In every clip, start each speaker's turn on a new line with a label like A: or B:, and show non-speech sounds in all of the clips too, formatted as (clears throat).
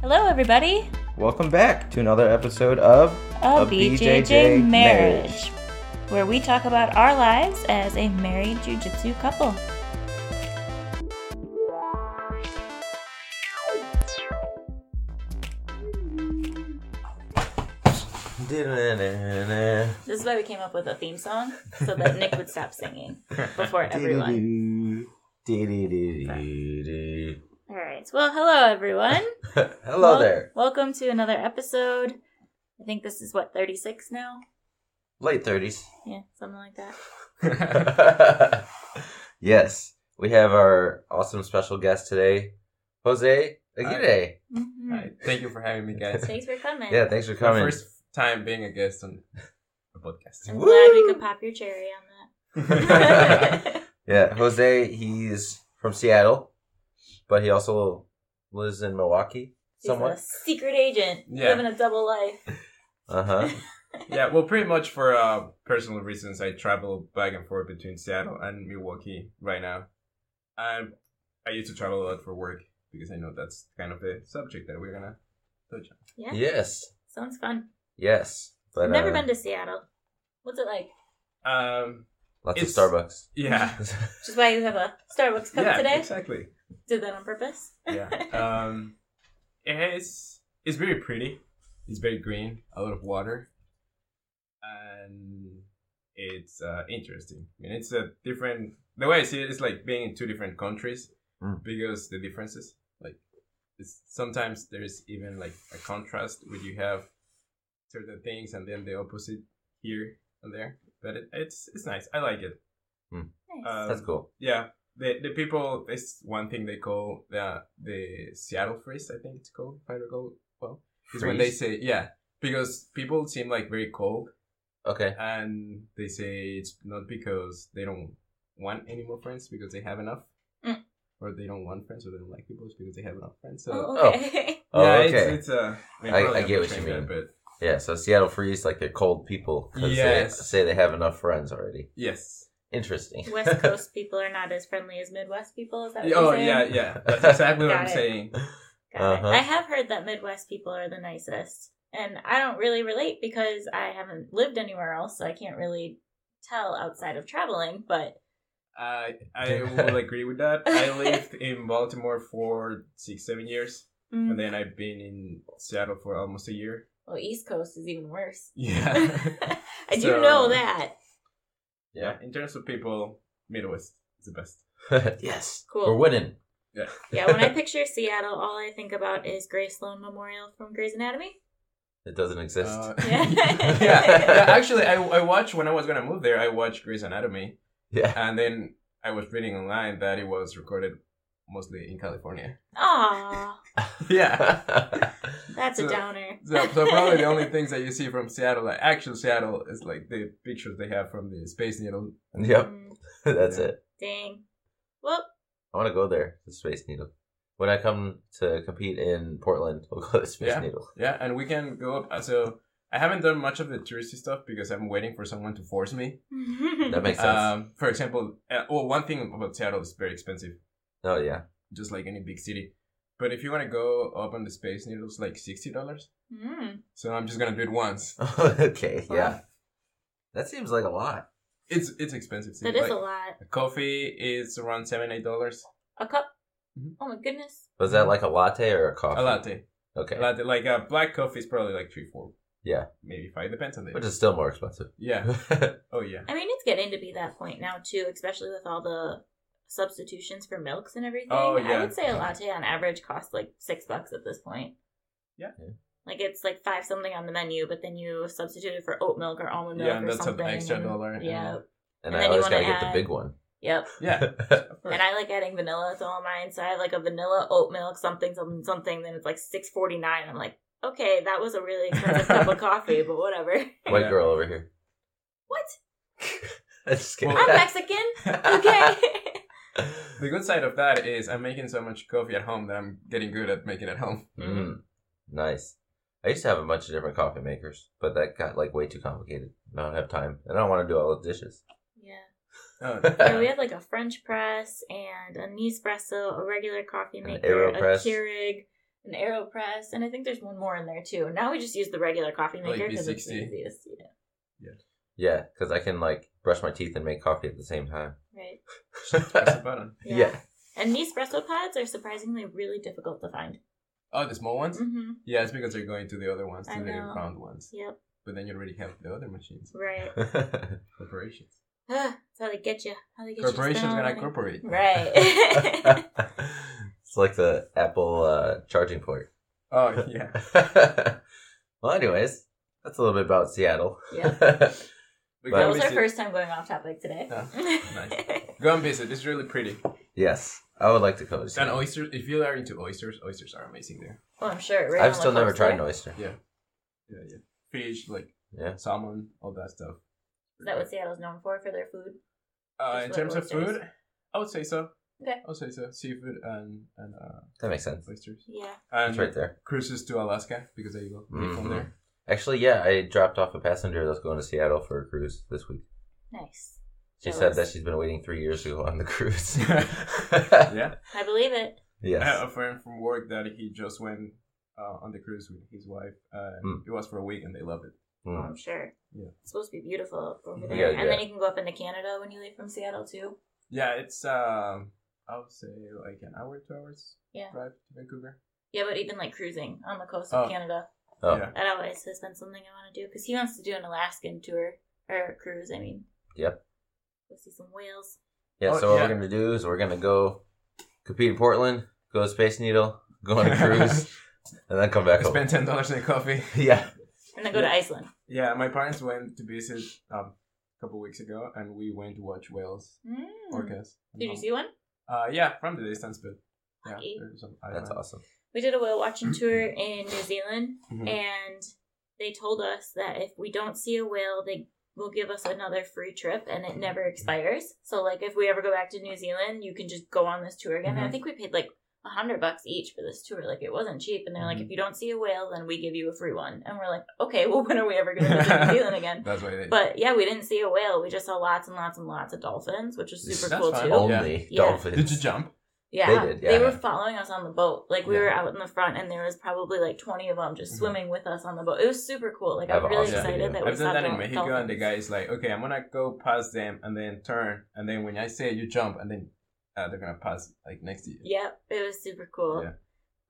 A: Hello, everybody.
B: Welcome back to another episode of
A: A, BJJ, marriage, where we talk about our lives as a married jujitsu couple. This is why we came up with a theme song so that Nick would stop singing before everyone.
B: Dee-dee-dee-dee-dee-dee-dee.
A: All right. Well, hello, everyone.
B: (laughs) Hello
A: Wel-
B: there.
A: Welcome to another episode. I think this is what, 36 now?
B: Late 30s.
A: Yeah, something like that.
B: yes, we have our awesome special guest today, Jose Aguirre.
A: Mhm.
C: Hi, thank you for having me, guys.
A: Thanks for coming.
B: Yeah, thanks for
C: My
B: coming.
C: first time being a guest on a
A: (laughs)
C: podcast.
A: I'm glad we
B: Woo!
A: could pop your cherry on that. (laughs)
B: Yeah, Jose, he's from Seattle, but he also lives in Milwaukee
A: He's a
B: somewhat.
A: secret agent
C: Yeah.
A: living a double life.
B: Uh huh.
C: yeah, well, pretty much for uh, personal reasons, I travel back and forth between Seattle and Milwaukee right now. And I used to travel a lot for work because I know that's kind of the subject that we're gonna touch on.
A: Yeah,
B: Yes,
A: sounds fun.
B: yes. But
A: Never
B: uh,
A: been to Seattle. What's it like?
C: Um,
B: lots
C: It's-
B: of Starbucks.
C: yeah,
A: Which is why you have a Starbucks cup
C: yeah,
A: today.
C: exactly.
A: Did that on purpose.
C: Yeah, um, it's it's very pretty. It's very green, a lot of water, and it's uh, interesting. I mean, it's a different. The way I see it, it's like being in two different countries
B: Mm.
C: because the differences, like, it's sometimes there's even like a contrast where you have certain things and then the opposite here and there. But it, it's it's nice. I like it.
A: Nice.
C: Uh,
B: That's cool.
C: Yeah, the the people. It's one thing they call the the Seattle phrase. I think it's called. If I recall well, is when they
B: Freeze?
C: say yeah, because people seem like very cold,
B: Okay.
C: and they say it's not because they don't want any more friends because they have enough,
A: Mm.
C: or they don't want friends or they don't like people it's because they have enough friends. So.
A: oh, okay. (laughs)
B: Oh,
C: yeah,
B: okay.
C: it's, it's uh, I, mean,
B: I-
C: probably
B: I get
C: I'm
B: what you
C: portraying
B: mean.
C: that, but
B: Yeah, so Seattle Freeze, like they're cold people because they
C: Yes.
B: say they have enough friends already.
C: yes.
B: Interesting. (laughs)
A: West Coast people are not as friendly as Midwest people. Is that what
C: Oh,
A: you're saying?
C: yeah, yeah. That's exactly
A: (laughs)
C: what
A: Got
C: I'm
A: it.
C: saying.
A: Got it.
B: Uh-huh.
A: I have heard that Midwest people are the nicest. And I don't really relate because I haven't lived anywhere else, so I can't really tell outside of traveling. But
C: I
B: (laughs)
C: I will agree with that. I lived in Baltimore for six, seven years,
A: mm,
C: and then I've been in Seattle for almost a (laughs) year.
A: well, East Coast is even
C: (laughs)
A: worse. (laughs)
C: Yeah,
A: I do
C: So- uh,
A: know that.
C: yeah. In terms of people, Midwest is the best.
B: yes.
A: Cool.
B: We're winning.
C: Yeah,
A: Yeah,
C: (laughs)
A: when I picture Seattle, all I think about is Grace Sloan Memorial from Grey's Anatomy.
B: It doesn't exist.
C: Uh,
A: Yeah.
C: (laughs) yeah. yeah, Actually, I I watched when I was gonna move there. I watched Grey's Anatomy,
B: (laughs) yeah. (laughs)
C: and then I was reading online that it was recorded mostly in California.
A: (laughs) Aw,
C: (laughs) Yeah.
A: that's a
C: So-
A: downer.
C: (laughs) So, so probably
A: (laughs)
C: the only things that you see from Seattle, like actual Seattle, is like the pictures they have from the Space Needle.
B: yep. (laughs)
A: Mm,
B: That's it.
A: dang. Well, (laughs)
B: I want to go there, the Space Needle. When I come to compete in Portland, (laughs) we'll go to Space
C: Yeah.
B: Needle.
C: Yeah, and we can go up. uh, So I haven't done much of the touristy stuff because I'm waiting for someone to force me.
B: That makes sense.
C: Um, for example, uh, well, one thing about Seattle is very expensive,
B: oh, yeah. (laughs)
C: just like any big city. But if you want to go up on the Space Needle, it's like sixty dollars.
A: Mm,
C: So I'm just gonna do it once.
B: okay,
A: Wow.
B: yeah. That seems like a lot.
C: It's it's expensive.
A: that
C: city.
A: is a
C: Like,
A: lot.
C: Coffee is around seven eight dollars.
A: A cup.
C: Mhm.
A: Oh my goodness.
B: Was that like a latte or a coffee?
C: Mm-hmm. A latte,
B: Okay.
C: a latte. Like uh, black coffee is probably like three four.
B: Yeah.
C: maybe five. Depends on the.
B: Which is still more expensive. (laughs)
C: yeah. Oh yeah.
A: I mean, it's getting to be that point now too, especially with all the substitutions for milks and everything.
C: Oh,
A: I
C: yeah.
A: would say a latte on average costs like six bucks at this point.
C: Yeah.
B: Yeah.
A: Like it's like five something on the menu, but then you substitute it for oat milk or almond milk
C: Yeah, and
A: or
C: that's an
A: something.
C: extra
A: and-
C: dollar, and-
A: Yeah.
B: and
A: And
B: I
A: then you
B: always
A: wanna
B: gotta get the
A: add-
B: big one.
A: Yep.
C: Yeah. (laughs)
A: And I like adding vanilla to all mine, so I have like a vanilla oat milk something something something. Then it's like six forty nine. I'm like, okay, that was a really expensive cup of coffee, but whatever.
B: White
C: Yeah.
B: girl over here.
A: What?
B: (laughs) I'm just kidding.
A: I'm Mexican. Okay. (laughs)
C: The good side of that is I'm making so much coffee at home that I'm getting good at making at
A: (laughs)
C: home.
B: (laughs) Mm, nice. I used to have a bunch of different coffee makers, but that got like way too complicated. I don't have time, and I don't want to do all the dishes.
A: yeah.
C: Oh,
A: Yeah, we have like a French press and a Nespresso, a regular coffee
B: An
A: maker, a
B: AeroPress.
A: Keurig, an AeroPress, and I think there's one more in there too. Now we just use the regular coffee
C: Like
A: maker because it's the
C: V60.
A: easiest. Yeah.
B: Yeah, because I can like brush my teeth and make coffee at the same time. (laughs)
A: Right.
C: Press the button.
A: Yeah. And Nespresso pods are surprisingly really difficult to find.
C: Oh, the small ones?
A: Mm-hmm.
C: Yeah, it's because they're going to the other ones,
A: I
C: to the
A: know.
C: round ones.
A: Yep.
C: But then you already have the other machines.
A: Right.
C: Corporations.
A: Ah, That's how they get you. How they get
C: Corporations
A: you.
C: gonna
A: spending all (laughs)
C: corporate.
A: the money.
C: (laughs)
A: Right.
B: (laughs)
A: (laughs)
B: it's like the Apple uh, charging port. (laughs)
C: Oh, yeah.
B: well, anyways, that's a little bit about Seattle.
A: Yep.
C: We
B: But-
A: That
C: go,
A: was our
C: visit,
A: first time going off topic today. (laughs)
C: Yeah. go and visit. It's really pretty.
B: (laughs) yes, I would like to go to
C: And
B: Seattle.
C: oysters, if you are into oysters, oysters are amazing there.
A: Well, I'm sure. right on
B: I've
A: the
B: still never
A: coast
B: tried an
A: there.
B: oyster.
C: Yeah, yeah. Fish, like
B: Yeah.
C: salmon, all that stuff.
A: Is that what Seattle's known for for their food? Just
C: Uh, in
A: like
C: terms of
A: oysters.
C: food, I would say so.
A: Okay.
C: I would say so. Seafood and, and uh,
B: That makes sense.
C: oysters.
A: Yeah.
B: It's
C: And
B: right there.
C: cruises to Alaska because they go they
B: Mhm.
C: from there.
B: Actually, yeah, I dropped off a passenger that's going to Seattle for a cruise this week.
A: Nice.
B: She
A: Jealous.
B: said that she's been waiting three years to go on the
C: (laughs)
B: cruise. (laughs)
C: Yeah.
A: I believe it.
C: I
B: Yes.
C: have a friend from work that he just went uh, on the cruise with his wife. Uh,
B: Hmm.
C: It was for a week and they loved it.
A: Oh,
B: Mm.
A: I'm sure.
C: Yeah.
A: It's supposed to be beautiful over
C: Yeah,
A: there.
B: yeah.
A: And then you can go up into Canada when you leave from Seattle, too.
C: Yeah, it's um, I would say like an hour, two hours
A: Yeah.
C: drive to Vancouver.
A: Yeah, but even like cruising on the coast of
C: Oh.
A: Canada.
B: Oh,
C: Yeah.
A: That always has been something I want to do because he wants to do an Alaskan tour or cruise, I mean.
B: Yep.
A: Go see some whales.
B: yeah.
C: Oh,
B: so what
C: yeah.
B: we're gonna do is we're gonna go compete in Portland, go to Space Needle, go (laughs) on a
C: (laughs)
B: cruise, and then come back home.
C: Spend ten dollars on coffee.
B: (laughs) yeah.
A: And then go to
C: Yeah.
A: Iceland.
C: Yeah, my parents went to visit um, a couple weeks ago, and we went to watch whales,
A: Mm.
C: orcas. and
A: Did you
C: all.
A: see one?
C: Uh, yeah, from the distance, but yeah,
A: Lucky.
C: there's some
B: That's
C: island.
B: awesome.
A: We did a whale watching tour in New Zealand
C: Mhm.
A: and they told us that if we don't see a whale, they will give us another free trip and it never expires. So like if we ever go back to New Zealand, you can just go on this tour again. And I
C: Mhm.
A: think we paid like a hundred bucks each for this tour. Like it wasn't cheap. And they're like,
C: Mhm.
A: if you don't see a whale, then we give you a free one. And we're like, okay, (laughs) well when are we ever gonna visit
C: (laughs)
A: New Zealand again?
C: That's why they.
A: But yeah, we didn't see a whale. We just saw lots and lots and lots of dolphins, which was super
C: That's
A: cool
C: fine.
A: too.
C: Oh,
B: Only
A: Yeah.
B: dolphins.
C: did you jump?
A: Yeah,
B: They
A: they,
B: did, yeah.
A: were following us on the boat. Like we
B: Yeah. Mm-hmm.
A: were out in the front, and there was probably like twenty of them just
C: Mhm.
A: swimming with us on the boat. It was super cool. Like
B: I have
A: I'm
B: an
A: really
B: awesome
A: excited
B: video.
A: that we
C: I've
A: saw
C: done that in
A: dol-
C: Mexico, and the
A: dolphins.
C: guy is like, "Okay, I'm gonna go past them and then turn, and then when I say you jump, and then uh, they're gonna pass like next to you."
A: Yep, it was super cool.
C: Yeah.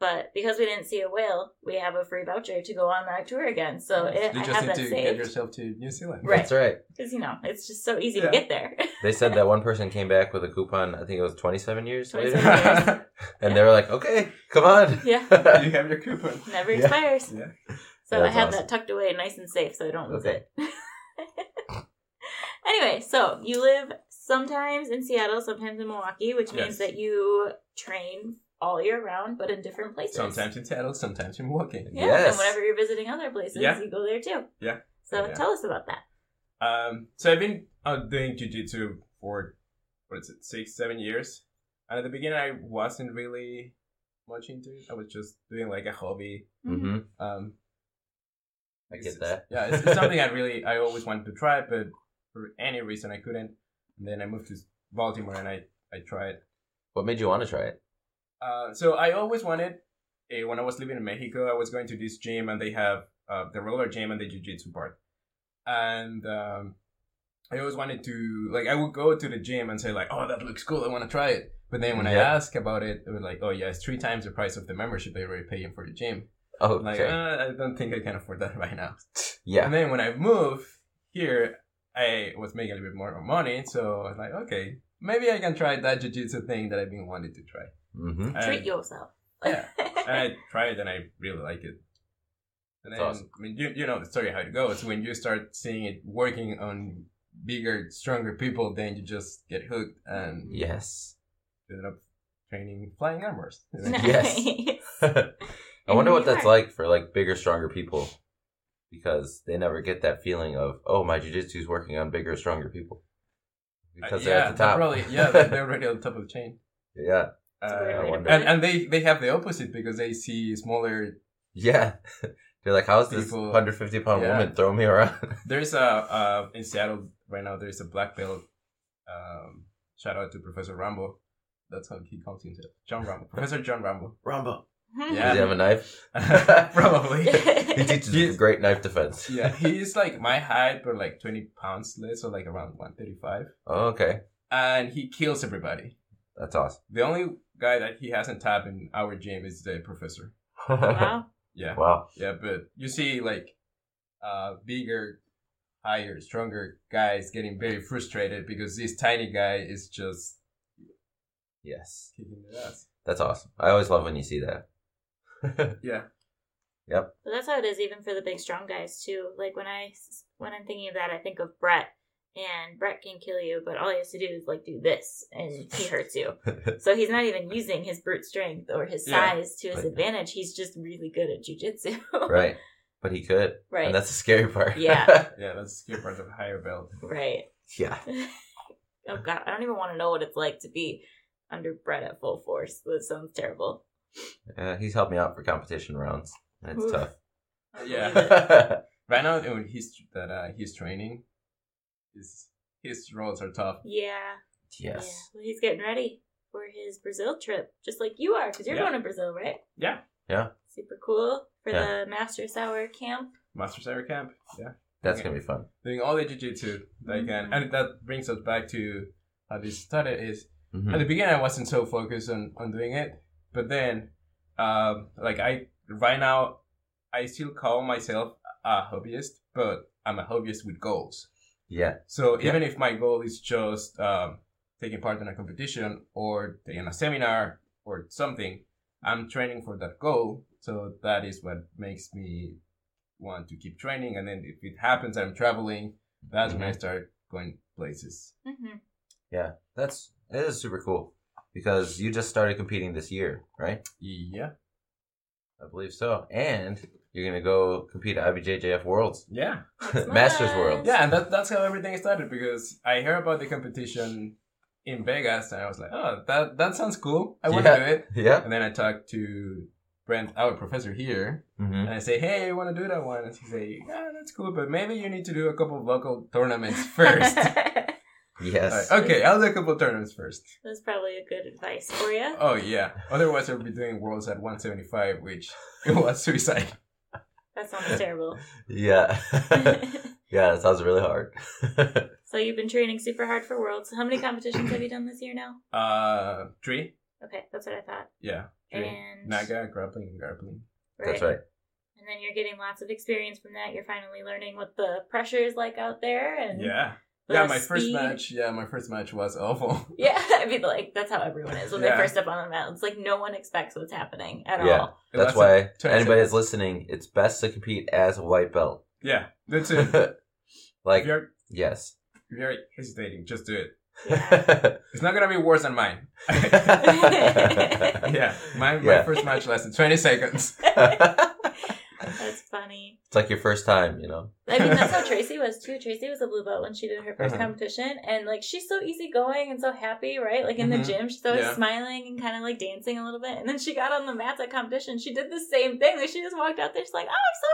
A: But because we didn't see a whale, we have a free voucher to go on that tour again. So it,
C: you
A: I
C: just
A: have
C: need
A: that
C: to get
A: saved
C: yourself to New
A: (laughs)
C: Zealand.
A: (laughs) Right.
B: That's right.
A: because you know it's just so easy
C: Yeah.
A: to get there. (laughs)
B: They said that one person came back with a coupon. I think it was twenty-seven years later,
A: 27.
B: and they were like, "Okay, come on." (laughs)
A: yeah,
C: (laughs) you have your coupon.
A: never
B: Yeah.
A: expires.
C: Yeah.
A: So
B: Yeah,
A: I
B: that's
A: have
B: awesome.
A: that tucked away, nice and safe, so I don't lose
B: Okay.
A: it. (laughs) anyway, so you live sometimes in Seattle, sometimes in Milwaukee, which means
C: Yes.
A: that you train all year round, but in different places.
C: Sometimes in Seattle, sometimes in walking.
A: Yeah,
B: Yes.
A: and whenever you're visiting other places,
C: Yeah.
A: you go there too.
C: Yeah.
A: So
C: Yeah.
A: tell us about that.
C: Um, so I've been uh, doing jujitsu for what is it, six, seven years. And at the beginning, I wasn't really much into it. I was just doing like a hobby.
A: Mm-hmm.
B: hmm
C: Um,
B: I
C: it's-
B: get that.
C: Yeah, it's, it's
B: (laughs)
C: something I really, I always wanted to try, but for any reason I couldn't. And then I moved to Baltimore and I, I tried.
B: What made you want to try it?
C: Uh, so I always wanted. Uh, when I was living in Mexico, I was going to this gym, and they have uh, the roller gym and the jiu-jitsu part. And um, I always wanted to like I would go to the gym and say like, "Oh, that looks cool. I want to try it." But then when I
B: Yeah.
C: ask about it, it was like, "Oh yeah, it's three times the price of the membership they already paying for the gym."
B: Oh,
C: I'm Like,
B: okay.
C: uh, I don't think I can afford that (laughs) right
B: (laughs)
C: now.
B: yeah.
C: And then when I moved here, I was making a little bit more money, so I was like, "Okay, maybe I can try that jiu-jitsu thing that I've been wanting to try."
B: hmm
C: Mm-hmm. And-
A: Treat yourself. (laughs)
C: Yeah. and I tried it and I really like it. And
B: That's
C: then,
B: awesome.
C: I mean, you, you know the story how it goes. When you start seeing it working on bigger, stronger people, then you just get hooked and you
B: Yes. (laughs)
C: end up training flying armors.
A: (laughs)
B: Yes. I
A: In
B: wonder
A: New
B: what that's
A: York.
B: like for like bigger, stronger people, because they never get that feeling of oh my jujitsu is working on bigger, stronger people because
C: Uh,
B: they're
C: yeah,
B: at the top.
C: Probably,
B: (laughs)
C: yeah, they're, they're already on top of the chain.
B: yeah,
A: a
C: Uh,
A: great
B: I
A: way to
B: wonder.
A: put
C: and
A: it.
C: and they, they have the opposite because they see smaller.
B: yeah. (laughs) they're like, how's this
C: People-
B: 150 pound
C: Yeah.
B: woman throwing me around? (laughs)
C: There's a uh, in Seattle right now. There's a black belt. Um, shout out to Professor Rambo. That's how he comes into it. John Rambo. Professor John Rambo.
B: Rumble. Does he have a knife?
A: (laughs)
C: Probably.
A: Mm-hmm.
C: (laughs)
B: He teaches
C: Um, He's-
B: great knife defense.
C: yeah, he's like my height, but like 20 pounds less, so like around 135.
B: Oh, okay.
C: And he kills everybody.
B: That's awesome. (laughs)
C: The only guy that he hasn't tapped in our gym is the professor.
B: wow.
A: wow.
C: Yeah,
B: wow.
C: yeah, but you see, like, uh, bigger, higher, stronger guys getting very frustrated because this tiny guy is just
B: Yes.
C: kicking their ass.
B: That's awesome. I always love when you see (laughs) that.
C: Yeah,
A: But that's how it is even for the big strong guys too. Like when I s- when I'm thinking of that, I think of Brett. And Brett can kill you, but all he has to do is like do this, and he hurts you. So he's not even using his brute strength or his
C: Yeah.
A: size to his
B: Right.
A: advantage. He's just really good at (laughs) jujitsu.
B: right. But he could.
A: right.
B: And that's the scary part.
A: Yeah.
C: yeah, that's the part of higher belt.
A: right.
B: (laughs) yeah.
A: Oh god, I don't even want to know what it's like to be under Brett at full force. That sounds terrible.
B: Uh, he's helped me out for competition rounds. and It's
A: Oof. (laughs)
B: tough. (laughs)
C: Yeah,
B: yeah.
C: right now when he's that uh, he's training, his his roles are tough.
A: Yeah.
B: Yes.
A: Yeah. Well, he's getting ready for his Brazil trip, just like you are, because you're
C: Yeah.
A: going to Brazil, right?
C: Yeah.
B: Yeah.
A: Super cool for
B: Yeah.
A: the Masters Hour camp.
C: Master Cyber Camp. Yeah.
B: That's
C: Okay.
B: going to be fun.
C: doing all the jujitsu that I can. And that brings us back to how this started is
B: Mhm.
C: at the beginning I wasn't so focused on, on doing it. But then um like I right now I still call myself a hobbyist, but I'm a hobbyist with goals.
B: Yeah.
C: So
B: Yeah.
C: even if my goal is just um, taking part in a competition or in a seminar or something, I'm training for that goal. So that is what makes me want to keep training. And then if it happens, I'm traveling. That's when I start going places.
B: (laughs)
A: Mm-hmm.
B: That's, that is super cool because you just started competing this year, right?
C: Yeah,
B: I believe so. And you're gonna go compete at IBJJF Worlds, (laughs)
C: yeah,
B: Masters
A: (laughs)
B: Worlds.
C: yeah. And that, that's how everything started because I heard about the competition in Vegas, and I was like, oh, that that sounds cool. I want to
B: Yeah.
C: do it.
B: Yeah.
C: And then I talked to Brent, our professor here,
B: Mm-hmm.
C: And I say, hey, I want to do that one. And she say, yeah, that's cool, but maybe you need to do a couple of local
A: (laughs)
C: tournaments first.
B: Yes.
C: Like, okay, I'll do a couple of tournaments first.
A: That's probably a good advice for you.
C: Oh, yeah. Otherwise, I'll be doing Worlds at 175, which (laughs) it was suicide.
A: That
B: (laughs)
A: sounds terrible. (laughs)
B: Yeah. (laughs) yeah. That sounds really hard. (laughs)
A: so you've been training super hard for Worlds. How many competitions have you done this year now?
C: Uh, three?
A: Okay, that's what I thought.
C: Yeah, three.
A: And
C: Naga, grappling, and grappling.
B: That's right.
A: And then you're getting lots of experience from that. You're finally learning what the pressure is like out there, and
C: Yeah.
A: the
C: yeah, my first
A: speed.
C: match. Yeah, my first match was awful. (laughs)
A: Yeah, (laughs) I mean, like that's how everyone is when they
C: Yeah.
A: first step on the mat. It's like no one expects what's happening at
B: Yeah.
A: all.
C: It
B: That's
C: lasted
B: why
C: 20
B: anybody
C: seconds.
B: that's listening, it's best to compete as a white belt. (laughs)
C: Yeah, that's it. if
B: like
C: you're,
B: yes.
C: if you're hesitating, just do it.
A: Yeah.
C: It's not gonna be worse than mine.
B: yeah.
C: Yeah, my, my
B: Yeah.
C: first match lasted 20 seconds. (laughs)
A: that's funny.
B: (laughs) It's like your first time, you know.
A: I mean, that's how Tracy was too. Tracy was a blue belt when she did her 1st
C: Uh-huh.
A: competition, and like she's so easygoing and so happy, right? Like in
C: Mhm.
A: the gym, she's always
C: Yeah.
A: smiling and kind of like dancing a little bit. And then she got on the mats at competition. She did the same thing. Like she just walked out there, she's like, "Oh, I'm so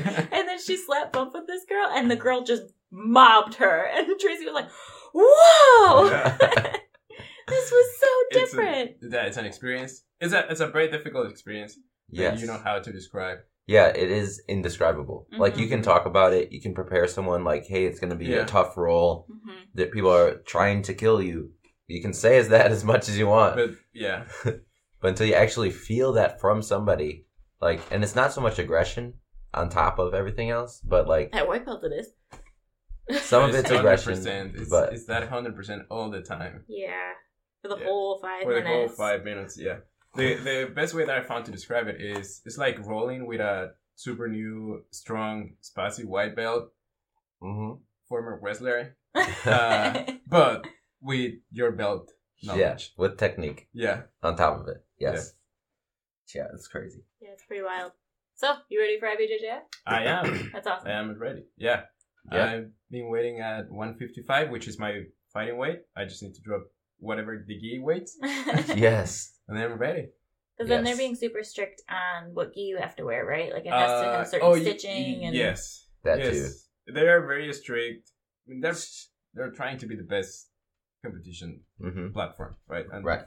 C: (laughs)
A: excited!" and then she slapped bump with this girl, and the girl just mobbed her. And Tracy was like, "Whoa,
B: (laughs) Yeah.
A: (laughs) this was so
C: It's a-
A: different."
C: that it's an experience. It's a it's a very difficult experience that
B: Yes.
C: you know how to describe.
B: Yeah, it is indescribable. Like you
A: Mhm.
B: can talk about it, you can prepare someone like, hey, it's gonna be
C: Yeah.
B: a tough role
A: hmm
B: that people are trying to kill you. You can say as that (laughs) as much as you want. But,
C: But yeah,
B: until you actually feel that from somebody, like and it's not so much aggression on top of everything else, but like
A: At white belt, it is. (laughs)
B: some of it's aggression.
C: 100%. It's,
B: but
C: it's that hundred percent all the time
A: Yeah, for the
C: Yeah.
A: whole five
C: for the
A: minutes. (laughs)
C: whole five minutes. Yeah, the the best way that I found to describe it is it's like rolling with a super new, strong, spicy white belt,
B: Mhm.
C: former wrestler, Uh, but with your belt
B: yeah,
C: knowledge.
B: with technique
C: Yeah,
B: on top of it. Yes. Yeah, it's crazy.
A: yeah, it's pretty wild. So, you ready for IBJJF?
C: I am.
A: That's awesome.
C: (coughs)
A: (laughs)
C: I am ready. Yeah.
B: Yeah.
C: I've been waiting at 155, which is my fighting weight. I just need to drop whatever the gi weight,
A: Because
B: yes.
C: and then I'm ready.
A: then they're
B: Yes.
A: being super strict on what gi you have to wear, right? Like it has to
C: Uh,
A: have certain
C: oh, y-
A: stitching
C: y-
A: and
C: yes,
B: That
C: yes. They are very strict. I mean, they're they're trying to be the best competition
B: too. hmm
C: platform, right? And
B: Right.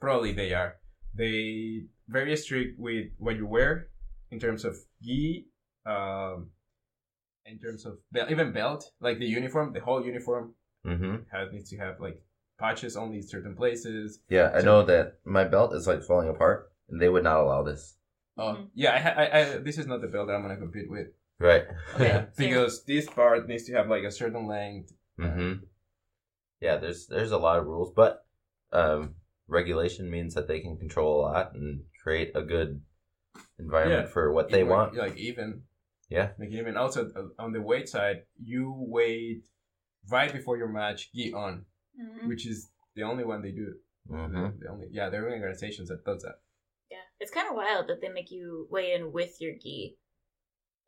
C: Probably they are, They very strict with what you wear in terms of gi, um, in terms of belt, even belt, like the uniform, the whole uniform
B: Mm-hmm.
C: has needs to have like patches only certain places.
B: Yeah, I
C: So-
B: know that my belt is like falling apart, and they would not allow this.
C: Uh,
A: Mhm.
C: yeah, I, ha- I, I, this is not the belt that I'm gonna compete with.
B: Right.
C: (laughs)
A: Okay.
C: because this part needs to have like a certain length.
B: hmm Yeah, there's there's a lot of rules, but um, regulation means that they can control a lot and create a good environment for what they
C: Even,
B: want.
C: like even.
B: Yeah.
C: Like even also uh, on the weight side, you weigh right before your match gi on,
A: Mhm.
C: which is the only one they do.
B: hmm
C: The only yeah, there are organizations that does that.
A: Yeah, it's kind of wild that they make you weigh in with your gi.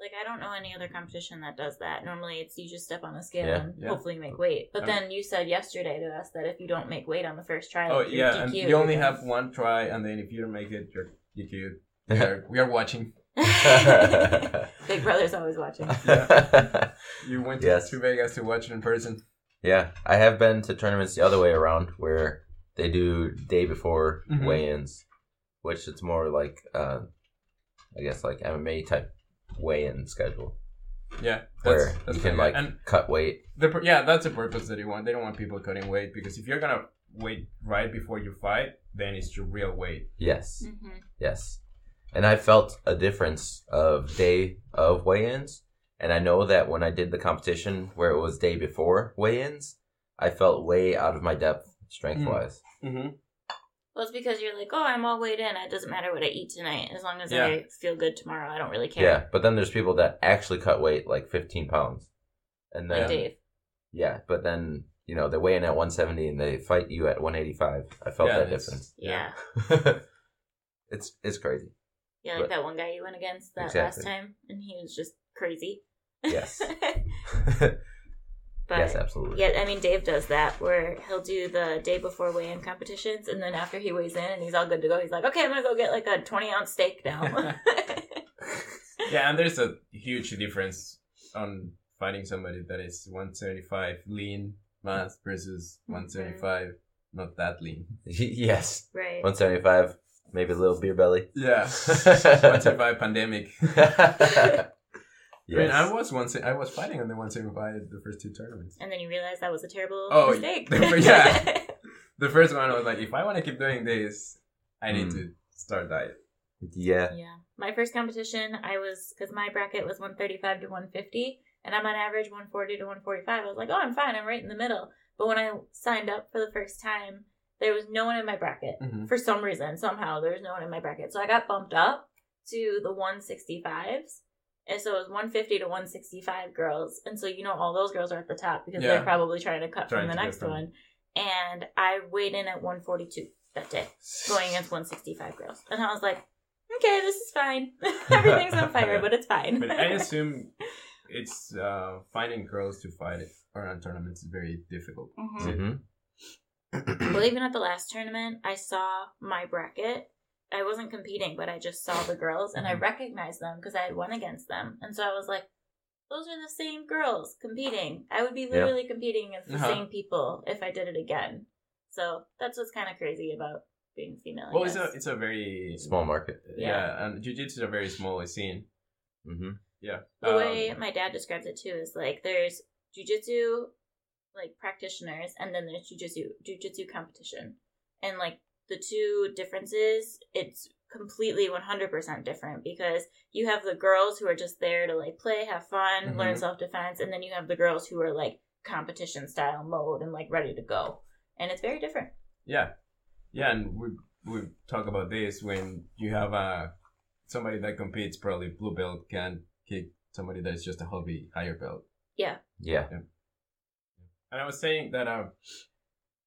A: Like I don't know any other competition that does that. Normally, it's you just step on a scale
B: Yeah.
A: and
C: Yeah.
A: hopefully make weight. But
C: Um,
A: then you said yesterday to us that if you don't make weight on the first try,
C: oh
A: like, you're
C: yeah, and
A: DQ'd.
C: you only have one try, and then if you don't make it, you're
B: (laughs)
C: DQ'd. We are, we are watching.
A: (laughs)
B: Mm-hmm.
C: (laughs)
A: Big Brother's always watching.
B: (laughs)
C: You went
B: Yes.
C: to Vegas to watch it in person.
B: yeah, I have been to tournaments the other way around where they do day before
C: Mhm.
B: weigh-ins, which it's more like uh, I guess like MMA type weigh-in schedule
C: Yeah,
B: where you
C: pretty
B: can
C: good.
B: like
C: and
B: cut weight.
C: the pur- yeah, that's the purpose that they want. They don't want people cutting weight because if you're gonna wait right before you fight, then it's your real weight.
B: Yes.
A: hmm
B: Yes. And I felt a difference of day of weigh ins. And I know that when I did the competition where it was day before weigh ins, I felt way out of my depth strength wise.
C: Mm-hmm.
A: Well, it's because you're like, oh, I'm all weighed in. It doesn't matter what I eat tonight, as long as
C: Yeah.
A: I feel good tomorrow. I don't really
B: Yeah.
A: care.
B: But then there's people that actually cut weight like 15 pounds. And
A: Like
B: then,
A: Dave.
B: yeah. But then, you know, they're weighing at 170 and they fight you at 185. I felt
C: Yeah,
B: that
C: it's-
B: difference.
A: Yeah.
B: (laughs) it's it's crazy. (laughs)
A: yeah, like
B: But-
A: that one guy you went against that last
B: Exactly.
A: time, and he was just crazy.
B: Yes.
A: (laughs) but
B: yes, absolutely.
A: Yeah, I mean Dave does that where he'll do the day before weigh-in competitions, and then after he weighs in and he's all good to go, he's like, "Okay, I'm gonna go get like a 20 ounce steak
C: (laughs)
A: now."
C: Yeah, and there's a huge difference on fighting somebody that is 175 lean mass versus
A: Mhm.
C: 175 not that lean.
B: (laughs) yes.
A: right.
B: 175, maybe a little beer belly. (laughs)
C: Yeah, (laughs) 175 (laughs) pandemic.
B: yes.
C: I mean, I was once I was fighting on the 175 the first two tournaments.
A: And then you realize that was a terrible
C: Oh,
A: mistake. (laughs)
C: (laughs) yeah. The first one I was like, if I want to keep doing this, I need
B: Mm.
C: to start diet.
B: yeah.
A: yeah. My first competition, I was because my bracket was 135 to 150, and I'm on average 140 to 145. I was like, "Oh, I'm fine. I'm right in the middle." But when I signed up for the first time, there was no one in my bracket.
C: Mm-hmm.
A: for some reason somehow there was no one in my bracket so i got bumped up to the 165s and so it was 150 to 165 girls and so you know all those girls are at the top because
C: Yeah.
A: they're probably trying to cut
C: Trying
A: from the
C: to get
A: next
C: from-
A: one and i weighed in at 142 that day going against 165 girls and i was like okay this is fine (laughs) everything's on
C: (laughs)
A: fire but it's fine (laughs)
C: But I assume it's uh, finding girls to fight it around tournaments is very difficult.
A: Mhm.
B: hmm
C: Mm.
A: Well, even at the last tournament, I saw my bracket. I wasn't competing, but I just saw the girls and I
C: Mhm.
A: recognized them because I had won against them. And so I was like, those are the same girls competing. I would be
B: Yeah.
A: literally competing against the
C: Uh-huh.
A: same people if I did it again. So that's what's kind of crazy about being female. I
C: Well, it's a
A: guess.
C: it's a very
B: Small market.
C: yeah, and jujitsu is a very small scene.
B: hmm
C: Yeah,
A: the way
C: Um,
A: my dad describes it too is like there's jujitsu like practitioners and then there's jujitsu jujitsu competition and like the two differences it's completely 100% different because you have the girls who are just there to like play have fun learn
C: Mhm.
A: self-defense and then you have the girls who are like competition style mode and like ready to go and it's very different
C: yeah, yeah, and we we talk about this when you have uh, somebody that competes probably blue belt can kick somebody that's just a hobby higher belt.
B: Yeah.
C: And I was saying that um,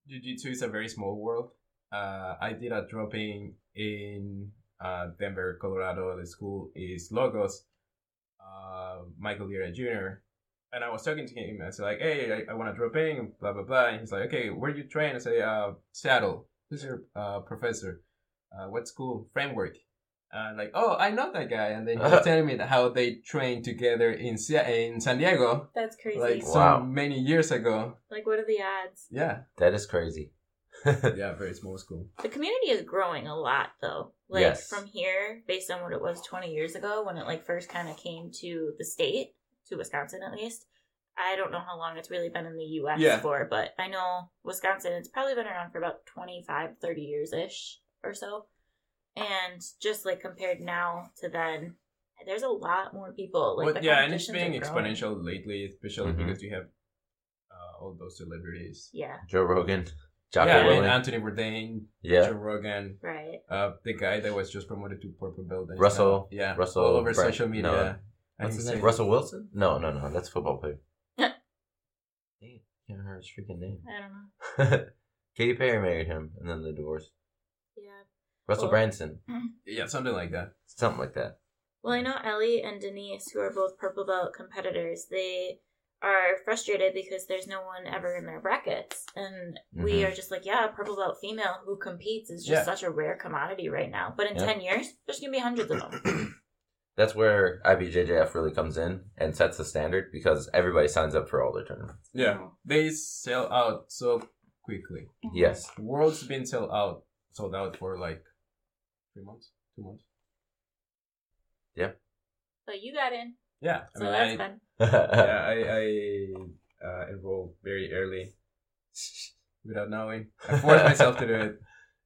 C: jujitsu is a very small world. Uh, I did a dropping in uh, Denver, Colorado. The school is Logos. Uh, Michael Lira Jr. And I was talking to him. I said like, "Hey, I, I want to drop in." Blah blah blah. And he's like, "Okay, where you train?" I say, uh, "Saddle." Who's your uh, professor? Uh, what school? Framework. Uh, like, oh, I know that guy. And then he was telling me how they trained together in Sa- in San Diego
A: that's crazy
C: like
A: like,
C: so
B: Wow.
C: many years ago.
A: what are the odds
C: Yeah,
B: That is crazy.
C: yeah, very small school.
A: The community is growing a lot though. Like
B: Yes.
A: from here, based on what it was 20 years ago when it like first kind of came to the state, to Wisconsin at least. I don't know how long it's really been in the US
C: Yeah.
A: for, but I know Wisconsin it's probably been around for about 25, 30 years ish or so. And just like compared now to then, there's a lot more people like
C: Well,
A: the
C: yeah, and it's being
A: competitions are growing.
C: exponential lately, especially
B: Mhm.
C: because you have uh, all those celebrities.
A: Yeah,
B: Joe Rogan, Jocko
C: yeah, I mean,
B: Willink.
C: Anthony Bourdain, Joe
B: yeah,
C: Rogan,
A: right.
C: uh, the guy that was just promoted to purple belt. and
B: Russell-
C: stuff. yeah,
B: Russell
C: all over
B: Brand-
C: social media.
B: no.
C: And
B: What's his
C: he's
B: name?
C: like-
B: Russell Wilson? No, no, no. That's a football player. Dang it, can't remember his freaking name. (laughs)
A: I don't know.
B: Katy Perry married him, and then they divorced.
A: Yeah.
B: Russell
A: Well-
B: Branson,
C: Yeah, something like that.
B: something like that. (clears throat)
A: Well, I know Ellie and Denise, who are both purple belt competitors, they are frustrated because there's no one ever in their brackets. And we
B: Mhm.
A: are just like, yeah, purple belt female who competes is just
C: Mm-hmm. Yeah.
A: such a rare commodity right now. But in
B: Yeah.
A: 10 years, there's going to be hundreds of them.
B: That's where IBJJF really comes in and sets the standard because everybody signs up for all their tournaments.
C: Yeah, they sell out so quickly.
A: Mm-hmm.
B: Yes. (laughs)
C: World's been sold out, sold out for like three months, two months.
A: But you got in.
C: Yeah,
A: So
C: I
A: that's
C: mean, I,
A: fun.
B: (laughs)
C: yeah, I, I uh, enrolled very early (laughs) without knowing. I forced myself to do it.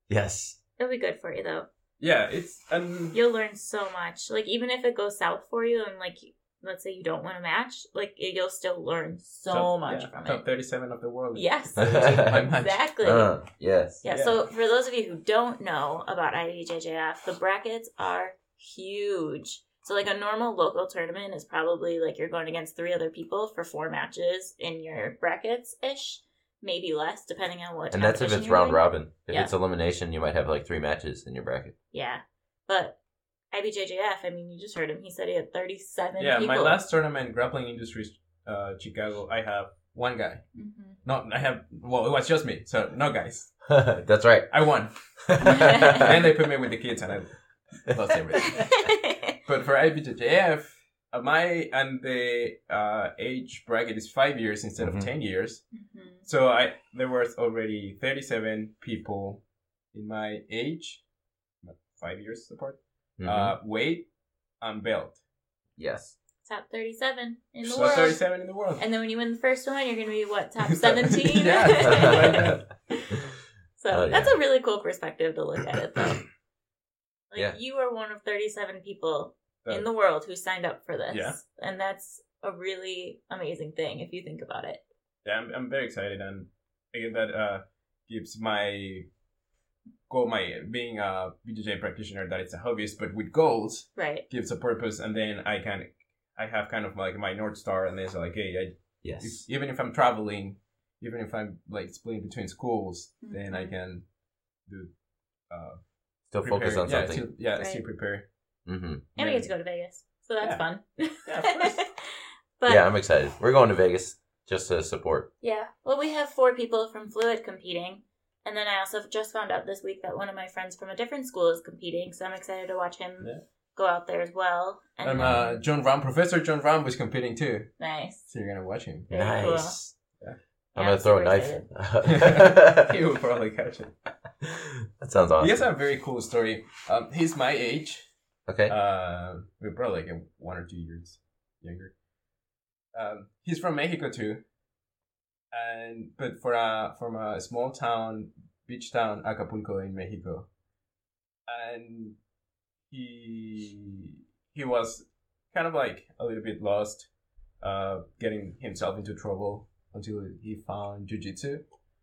B: yes.
A: It'll be good for you, though.
C: Yeah, it's and
A: You'll learn so much. Like, even if it goes south for you and, like, let's say you don't win a match, like, you'll still learn so
C: top-
A: much
C: yeah,
A: from
C: top
A: it.
C: thirty-seven of the world. (laughs)
A: Yes. (laughs)
C: My mind.
A: exactly.
B: Uh, yes.
A: Yeah,
C: Yeah.
A: so for those of you who don't know about E IBJJF, the brackets are huge. So, like a normal local tournament is probably like you're going against three other people for four matches in your brackets ish, maybe less, depending on what.
B: And that's if
A: competition
B: it's
A: you're
B: round
A: doing.
B: robin. If
A: Yeah.
B: it's elimination, you might have like three matches in your bracket. (laughs)
A: Yeah, but IBJJF, I E mean, you just heard him. He said he had 37
C: yeah.
A: people.
C: My last tournament, Grappling Industries, uh, Chicago. I have one guy. (laughs)
A: Mhm.
C: No, I have. Well, it was just me. So no guys.
B: that's right.
C: I won.
B: (laughs)
C: and they put me with the kids, and I lost
A: (laughs)
C: everything. But for IBJJF, uh, my and the uh, age bracket is five years instead
B: Mhm.
C: of ten years.
A: Mhm.
C: So I there was already thirty seven people in my age, about five years apart,
B: Mhm.
C: uh, weight, and belt.
B: yes.
A: Top 37 in the
C: so
A: world.
C: thirty seven in the world.
A: And then when you win the first one, you're going to be what,
C: (laughs)
A: top 17? (laughs)
B: (laughs)
C: Yeah.
A: So
B: Oh,
A: that's a really cool perspective to look at it, though.
B: (clears throat)
A: Like
B: Yeah. Uh,
A: you are one of 37 people
C: So,
A: in the world who signed up for this,
C: Yeah.
A: and that's a really amazing thing if you think about it.
C: yeah, I'm, I'm very excited, and I think that uh, gives my goal, my being a BJJ practitioner, that it's a hobbyist, but with goals.
A: Right.
C: gives a purpose, and then I can, I have kind of like my north star, and then it's like, hey, I, if,
B: yes.
C: E-, even if I'm traveling, even if I'm like splitting between schools, then I
A: Mhm.
C: can do uh,
B: Still focus
C: prepare-
B: on
C: yeah,
B: something.
C: still- yeah,
A: Right.
C: still prepare.
B: hmm
A: And we
C: Maybe.
A: get to go to Vegas, so that's
C: Yeah.
A: fun.
C: Yeah, of course.
A: (laughs) but
B: yeah,
A: yeah.
B: I'm excited. We're going to Vegas just to support.
A: well, we have four people from Fluid competing, and then I also just found out this week that one of my friends from a different school is competing, so I'm excited to watch him
C: Yeah.
A: go out there as well. And
C: (laughs) And uh, John Ram, Professor John Ram was competing too,
A: nice.
C: so you're gonna watch him. (laughs)
A: Very cool.
B: nice.
C: Yeah.
B: I'm
A: Yeah,
B: gonna
A: I'm
B: throw
A: super
B: a knife. (laughs)
C: (laughs) He will probably catch it.
B: that sounds awesome.
C: He has a very cool story. Um, he's my age.
B: Okay.
C: Uh, we're probably like one or two years younger. Um, he's from Mexico too, and but for a from a small town, beach town, Acapulco in Mexico, and he he was kind of like a little bit lost, uh, getting himself into trouble until he found jujitsu,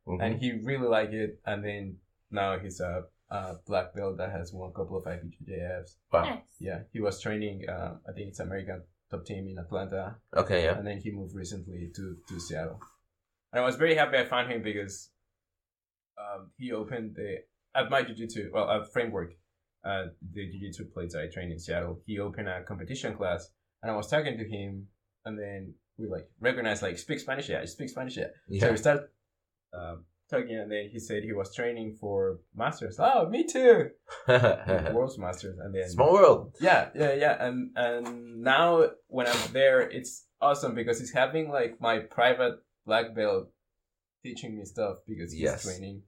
B: Mhm.
C: and he really liked it, and then now he's a, a black belt that has won a couple of IBJJFs.
B: wow.
A: Nice.
C: Yeah, he was training. Uh, I think it's American top team in Atlanta,
B: Okay. Yeah.
C: and then he moved recently to to Seattle. And I was very happy I found him because um, he opened the at my jiu-jitsu well at framework uh, the jiu-jitsu place I trained in Seattle. He opened a competition class, and I was talking to him, and then we like recognized like speak Spanish, yeah, I speak Spanish, yeah. So
B: Yeah.
C: we started um, talking, and then he said he was training for masters. Oh, me too,
B: (laughs)
C: world's masters, and then
B: Small world.
C: yeah, yeah, yeah. And and now when I'm there, it's awesome because he's having like my private black belt teaching me stuff because he's
B: Yes.
C: training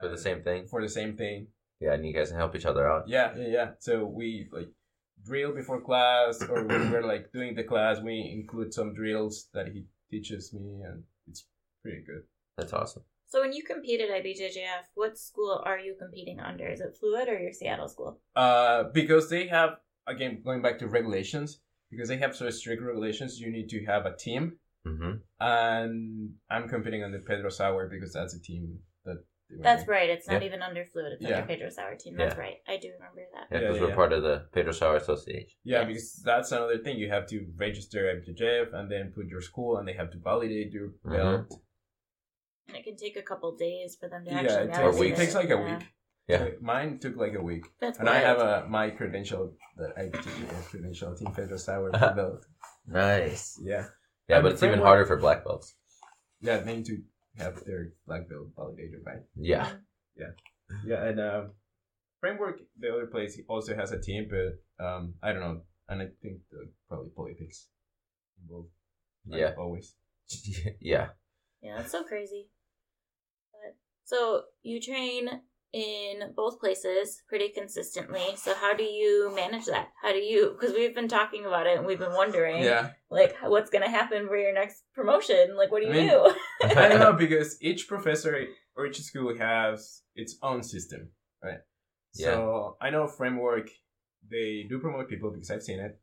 B: for the same thing.
C: for the same thing.
B: Yeah, and you guys can help each other out.
C: Yeah, yeah, yeah. So we like drill before class, or when we're like doing the class, we include some drills that he teaches me, and it's pretty good.
B: That's awesome.
A: So when you compete at IBJJF, what school are you competing under? Is it Fluid or your Seattle school?
C: Uh, because they have again going back to regulations, because they have so strict regulations, you need to have a team,
B: Mm-hmm.
C: and I'm competing on the Pedro Sauer because that's a team that. they were
A: That's
C: in.
A: right. It's not
B: Yeah.
A: even under Fluid. It's
C: Yeah.
A: under Pedro Sauer team. That's
B: Yeah.
A: right. I do remember that.
B: Yeah,
C: Yeah,
B: because
C: yeah,
B: we're
C: yeah.
B: part of the Pedro Sauer Association.
C: Yeah,
A: Yes.
C: because that's another thing. You have to register at MTJF and then put your school, and they have to validate your
B: Mm-hmm.
C: belt.
A: And it can take a couple days for them to
C: Yeah,
A: actually
C: it
B: Or
C: takes,
A: validate
C: it takes like a
A: Yeah.
C: week.
B: Yeah.
C: mine took like a week,
A: That's
C: and I
A: wild.
C: have a my credential that I credential Team Pedro
B: (laughs)
C: Sauer for belt.
B: Nice.
C: Yeah,
B: Yeah,
C: And
B: but
C: the
B: it's even
C: framework-
B: harder for black belts.
C: yeah, they need to have their black belt validator, right?
B: Yeah.
C: Yeah, and um, framework the other place also has a team, but um, I don't know, and I think the, probably politics involved. like
B: Yeah.
C: always.
B: yeah. (laughs)
A: Yeah, that's so crazy. But so you train in both places pretty consistently. So how do you manage that? How do you? Because we've been talking about it and we've been wondering,
C: Yeah,
A: like, what's gonna happen for your next promotion? Like, what do you
C: I mean-
A: do?
B: (laughs)
C: I don't know because each professor or each school has its own system, right? So I know framework they do promote people because I've seen it,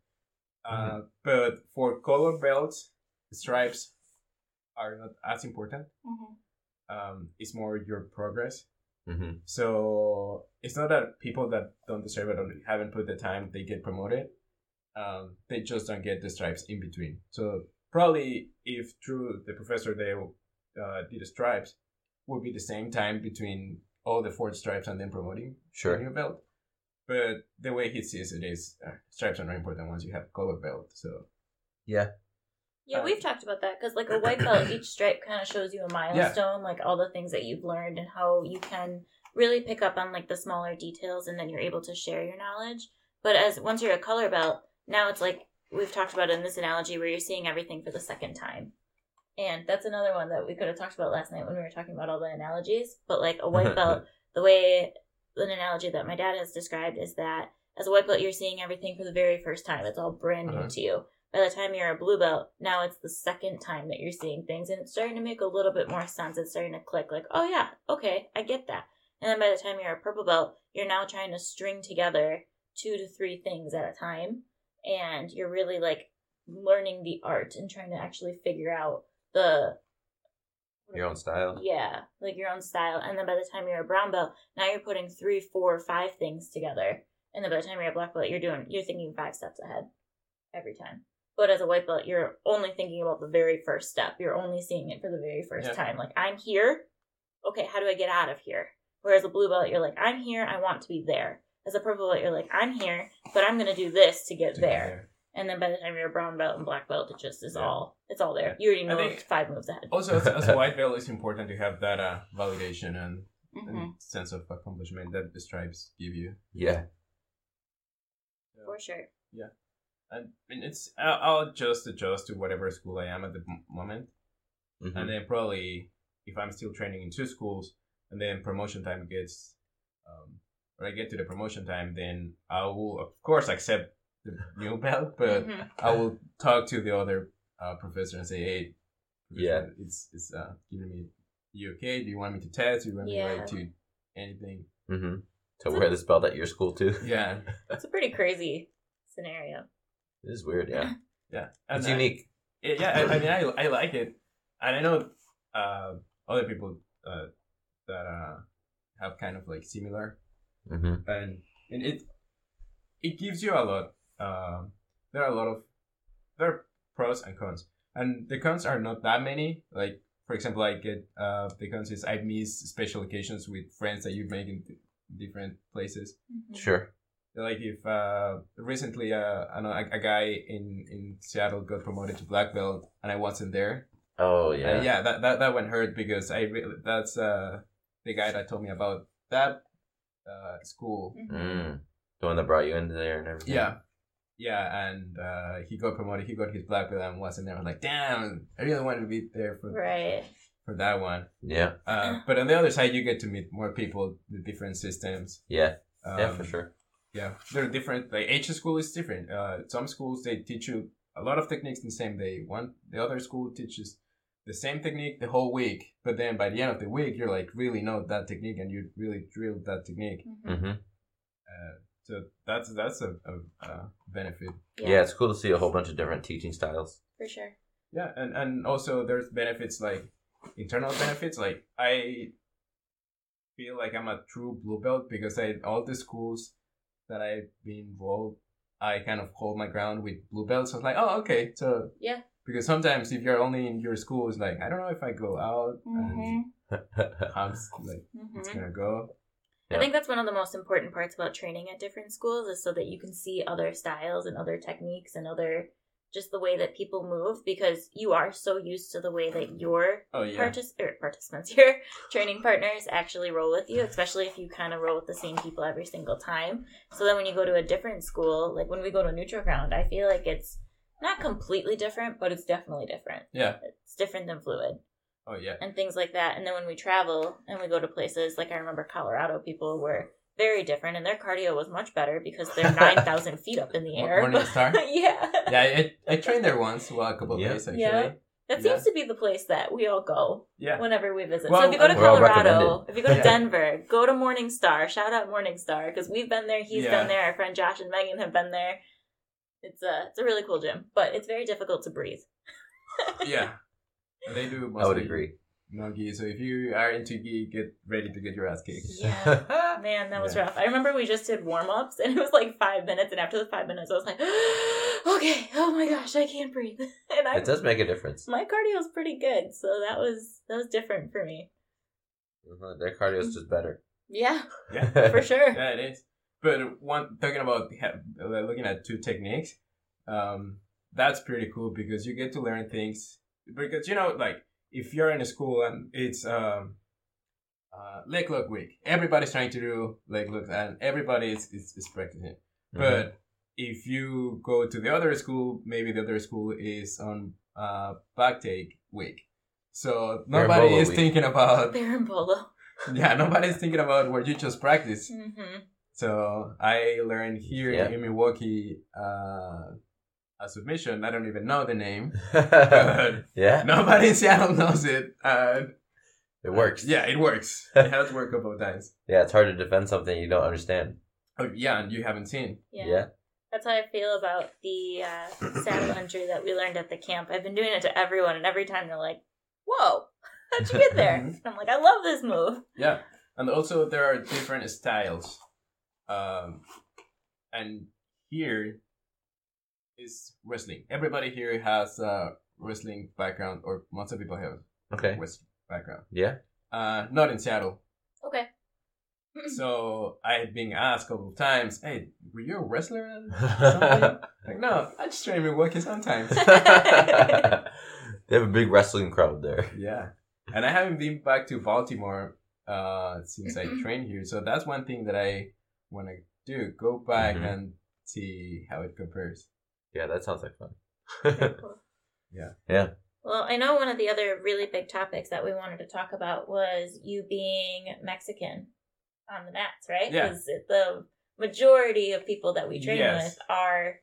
C: uh, but for color belts, stripes are not as important. Um, it's more your progress.
B: hmm
C: So it's not that people that don't deserve it or haven't put the time they get promoted. Um, they just don't get the stripes in between. So probably if through the professor they uh, did the stripes, would be the same time between all the four stripes and then promoting the
B: Sure.
C: new belt. But the way he sees it is uh, stripes are not important once you have color belt. So
B: Yeah.
A: Yeah, we've talked about that because, like, a white belt, each stripe kind of shows you a milestone, like all the things that you've learned and how you can really pick up on like the smaller details, and then you're able to share your knowledge. But as once you're a color belt, now it's like we've talked about in this analogy where you're seeing everything for the second time, and that's another one that we could have talked about last night when we were talking about all the analogies. But like a white belt, the way an analogy that my dad has described is that as a white belt, you're seeing everything for the very first time. It's all brand new
C: Uh-huh.
A: to you by the time you're a blue belt, now it's the second time that you're seeing things and it's starting to make a little bit more sense. It's starting to click like, oh yeah, okay, I get that. And then by the time you're a purple belt, you're now trying to string together two to three things at a time. And you're really like learning the art and trying to actually figure out the
B: Your own style.
A: yeah, like your own style. And then by the time you're a brown belt, now you're putting three, four, five things together. And then by the time you're a black belt, you're doing you're thinking five steps ahead every time. But as a white belt, you're only thinking about the very first step. You're only seeing it for the very first
C: Yeah.
A: time. Like I'm here. Okay, how do I get out of here? Whereas a blue belt, you're like, I'm here. I want to be there. As a purple belt, you're like, I'm here, but I'm gonna do this to get there. And then by the time you're a brown belt and black belt, it just is
C: Yeah.
A: all it's all there. You already
C: I
A: know
C: think-
A: it's five moves ahead.
C: Also, as, as a white belt, it's important to have that uh, validation and
A: hmm
C: and sense of accomplishment that the stripes give you.
B: Yeah.
C: uh,
A: For sure.
C: And, and it's I'll, I'll just adjust to whatever school I am at the m- moment,
A: Mm-hmm.
B: Mhm.
C: and then probably if I'm still training in two schools, and then promotion time gets, um, when I get to the promotion time, then I will of course accept the new (laughs) belt, but
A: Mhm.
C: I will talk to the other uh, professor and say, hey,
B: Yeah.
C: it's it's uh, giving me. You okay? Do you want me to test? Do you want me
A: Yeah.
C: like, to anything?
A: Mm-hmm.
B: hmm To wear this belt at your school too.
C: Yeah,
A: It's a pretty crazy scenario.
B: It is weird. Yeah.
C: yeah.
B: It's
C: And I-
B: unique.
C: Yeah, yeah. I, I mean, I, I like it, and I know uh, other people uh, that uh, have kind of like similar,
A: Mm-hmm.
B: hmm
C: and and it it gives you a lot. Um, there are a lot of there are pros and cons, and the cons are not that many. Like for example, I get uh, the cons is I miss special occasions with friends that you make in d- different places
A: Mm-hmm.
B: Sure.
C: like if uh recently uh I know a, a guy in in Seattle got promoted to black belt and I wasn't there
B: Oh
C: Uh,
B: yeah.
C: yeah, that, that that one hurt because I re- that's uh the guy that told me about that uh school
A: Mm-hmm.
B: Mm. The one that brought you into there and everything.
C: yeah yeah and uh he got promoted he got his black belt and wasn't there I was like damn I really wanted to be there for
A: Right.
C: for that one.
B: Yeah.
C: Uh, but on the other side, you get to meet more people with different systems.
B: Yeah.
C: Um,
B: yeah, for sure.
C: Yeah, they're different. Like each school is different. Uh, some schools they teach you a lot of techniques the same day. One, the other school teaches the same technique the whole week, but then by the end of the week, you're like really know that technique and you really drill that technique.
A: Mhm.
B: hmm
C: Uh, so that's that's a, a, a benefit.
B: Yeah. it's cool to see a whole bunch of different teaching styles.
A: Mm-hmm.
B: (laughs)
A: for sure.
C: Yeah, and and also there's benefits like internal benefits. Like I feel like I'm a true blue belt because I all the schools that I've been enrolled, I kind of hold my ground with blue belts. I was like, oh, okay, so
A: Yeah.
C: Because sometimes if you're only in your school, it's like I don't know if I go out and
A: Mhm.
C: how it's, like it's
A: Mhm.
C: gonna go.
A: I think that's one of the most important parts about training at different schools is so that you can see other styles and other techniques and other just the way that people move because you are so used to the way that your
C: Oh yeah,
A: partic- er, participants, your (laughs) training partners actually roll with you, especially if you kind of roll with the same people every single time. So then when you go to a different school, like when we go to neutral ground, I feel like it's not completely different, but it's definitely different.
C: yeah,
A: It's different than fluid
C: oh yeah.
A: and things like that. And then when we travel and we go to places, like I remember Colorado people were very different, and their cardio was much better because they're
C: (laughs)
A: 9,000 feet up in the
C: Mor-
A: air.
C: Morning Star.
A: (laughs) yeah.
C: yeah, I, I trained there once, well, a couple of
B: Yeah.
C: days actually.
A: Yeah. That
C: Yeah.
A: seems to be the place that we all go
B: (laughs)
A: (laughs)
C: Yeah.
A: whenever we visit. so
C: Well,
A: if you go to
B: We're all
A: Colorado,
B: recommended.
A: if you go to
B: (laughs)
C: Yeah.
A: Denver, go to Morning Star. Shout out Morning Star because we've been there, he's
C: Yeah.
A: been there, our friend Josh and Megan have been there. It's a it's a really cool gym, but it's very difficult to breathe.
C: yeah. They do.
B: I would
C: mostly
B: agree.
C: No gi. So if you are into gi, get ready to get your ass kicked.
A: Yeah.
B: (laughs)
A: Oh, Man, that was
C: Yeah.
A: rough. I remember we just did warm ups and it was like five minutes. And after the five minutes, I was like, (gasps) okay, oh my gosh, I can't breathe. (laughs) And I,
B: it does make a difference.
A: my cardio is pretty good. So that was, that was different for me.
B: Mhm, Their cardio is just better.
A: Yeah,
B: (laughs)
C: Yeah.
A: for sure.
C: Yeah, it is. But one talking about ha- looking at two techniques, um, that's pretty cool because you get to learn things. Because you know, like if you're in a school and it's um, uh, leg lock week, everybody's trying to do leg lock, and everybody is, is, is
B: Mhm.
C: practicing. But if you go to the other school, maybe the other school is on uh, back take week. So nobody
B: Barambola
C: is
B: week.
C: thinking about
A: Barambolo.
C: (laughs) yeah, nobody's thinking about what you just practiced.
A: hmm
C: So I learned here
B: Yeah.
C: in Milwaukee uh, a submission. I don't even know the
B: (laughs)
C: name. (laughs)
B: Mm-hmm. yeah,
C: Nobody in Seattle knows it. Uh,
B: it works.
C: Yeah, it
B: (laughs)
C: works. It has worked a couple of times.
B: Yeah, it's hard to defend something you don't understand.
C: Oh, yeah, and you haven't seen.
A: Yeah.
B: yeah.
A: That's how I feel about the uh,
C: (coughs)
A: saddle entry that we learned at the camp. I've been doing it to everyone, and every time they're like, whoa, (laughs) how'd you get
C: (laughs)
A: there? And I'm like, I love this move.
C: Yeah, and also there are different styles, um, and here is wrestling. Everybody here has a wrestling background, or most of people have
B: Okay.
C: wrestling background.
B: Yeah.
C: Uh, not in Seattle.
A: Okay.
C: So I've been asked a couple of times, "Hey, were you a wrestler?" or
B: (laughs)
C: something?" like, no, I just train Milwaukee sometimes.
B: they have a big wrestling crowd there.
C: yeah and i haven't been back to baltimore uh since i trained here so that's one thing that i want to do go back
B: Mhm.
C: and see how it compares
B: Yeah, that sounds like (laughs) fun.
C: (laughs) Yeah.
B: Yeah.
A: Well, I know one of the other really big topics that we wanted to talk about was you being Mexican on the mats, right?
C: Yeah.
A: Because the majority of people that we train
C: Yes.
A: with are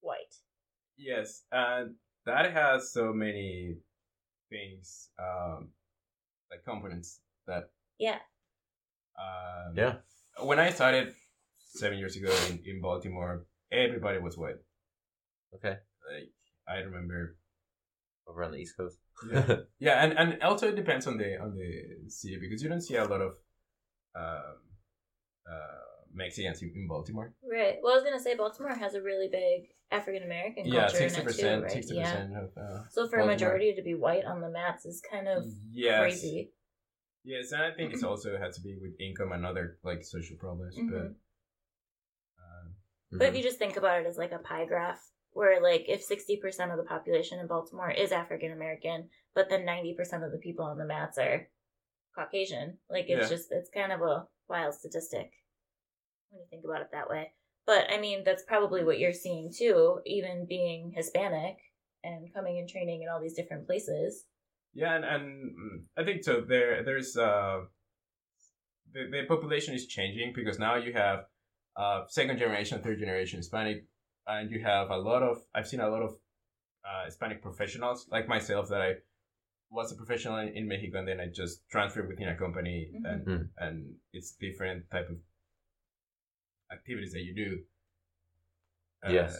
A: white.
C: yes and that has so many things um like components that
A: Yeah.
C: um,
B: Yeah.
C: when i started seven years ago in, in baltimore everybody was white
B: okay.
C: like i remember
B: Over on the East Coast.
C: (laughs) Yeah. yeah, and and also it depends on the on the city because you don't see a lot of um, uh, Mexicans in, in Baltimore.
A: Right. Well, I was going to say Baltimore has a really big African American
C: Yeah,
A: culture in
C: sixty
A: it too,
C: percent,
A: right?
C: sixty
A: Yeah.
C: percent of.
A: So
C: Uh,
A: for
C: Baltimore.
A: a majority to be white on the mats is kind of
C: yes,
A: crazy.
C: yes, and I think
A: (laughs)
C: it's also had to be with income and other like social problems, but.
A: Mhm.
C: um
B: Mm-hmm.
A: But if you just think about it as like a pie graph, where like if 60% of the population in Baltimore is African American, but then 90% of the people on the mats are Caucasian, like it's
C: Yeah.
A: just, it's kind of a wild statistic when you think about it that way. But I mean, that's probably what you're seeing too, even being Hispanic and coming and training in all these different places.
C: Yeah, and, and mm, I think so. There, there's uh, the the population is changing because now you have uh, second generation, third generation Hispanic, and you have a lot of. I've seen a lot of uh, Hispanic professionals like myself that I was a professional in, in Mexico and then I just transferred within a company
A: Mhm.
C: and
B: Mhm.
C: and it's different type of activities that you do. Uh,
B: Yes.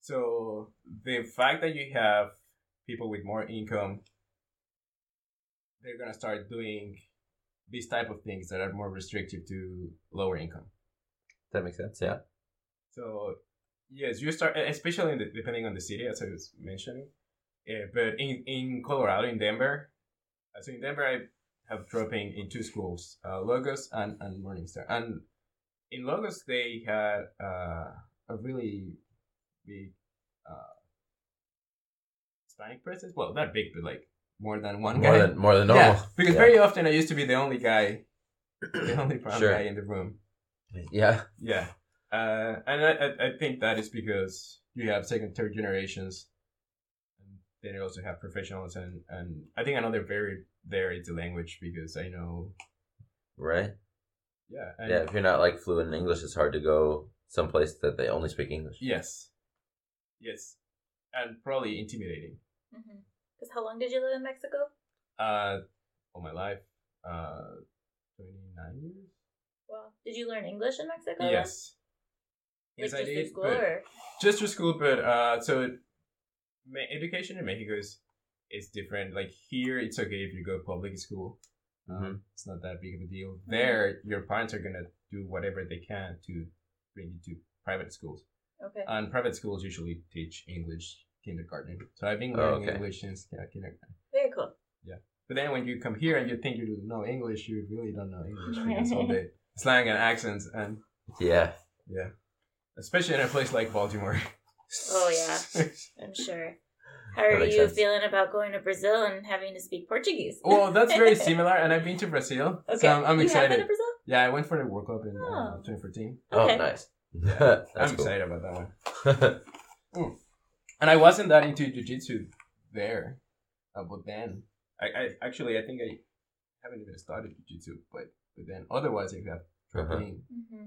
C: So the fact that you have people with more income, they're gonna start doing these type of things that are more restrictive to lower income.
B: That makes sense. Yeah.
C: So yes, you start e-, especially in the, depending on the city, as I was mentioning. Yeah, but in in Colorado, in Denver, uh, so in Denver, I have dropping in two schools, uh, Logos and and Morningstar. And in Logos, they had uh, a really big uh, Hispanic presence. Well, not big, but like more than one
B: More
C: guy.
B: than more than normal.
C: yeah, because
B: Yeah.
C: very often I used to be the only guy, the only brown
B: Sure.
C: guy in the room.
B: yeah.
C: Yeah. Uh, and I, I, I think that is because you have second, third generations. And then you also have professionals. And, and I think another barrier there is the language because I know.
B: Right.
C: Yeah. And
B: Yeah. If you're not like fluent in English, it's hard to go someplace that they only speak English.
C: Yes. Yes. And probably intimidating. Mm-hmm.
A: Because how long did you live in Mexico?
C: Uh, all my life. Uh, 29 years?
A: Well, did you learn English in Mexico? then?
C: Yes.
A: Like,
C: Yes, I
A: just through
C: did.
A: school,
C: but-
A: or-
C: just through school, but uh, so it, me- education in Mexico is is different. Like here, it's okay if you go public school; um,
B: Mhm.
C: it's not that big of a deal. There, your parents are gonna do whatever they can to bring you to private schools,
A: Okay.
C: and private schools usually teach English kindergarten. So I've
B: Oh,
C: been learning
B: okay.
C: English since yeah, kindergarten.
A: Very cool.
C: But then when you come here and you think you know English, you really don't know English because all the slang and accents, and
A: Oh,
B: Yeah.
C: especially in a place like Baltimore.
A: Oh,
C: (laughs)
A: yeah. I'm
C: (sighs)
A: sure. How
B: That
A: are you
B: makes sense.
A: feeling about going to Brazil and having to speak Portuguese? (laughs)
C: Well, that's very similar, and I've been to Brazil, so Oh, I'm, I'm
A: you have been
C: excited.
A: to Brazil?
C: Yeah, I went for the World Cup in
A: Oh.
C: uh, 2014.
A: Okay.
B: (laughs) Oh, nice. (laughs) That's
C: I'm
B: cool.
C: excited about that one. And I wasn't that into jiu-jitsu there, uh, but then I, I actually I think I haven't even started jiu-jitsu, but but then otherwise I have
B: (laughs) Uh-huh.
C: been-
A: Mm-hmm.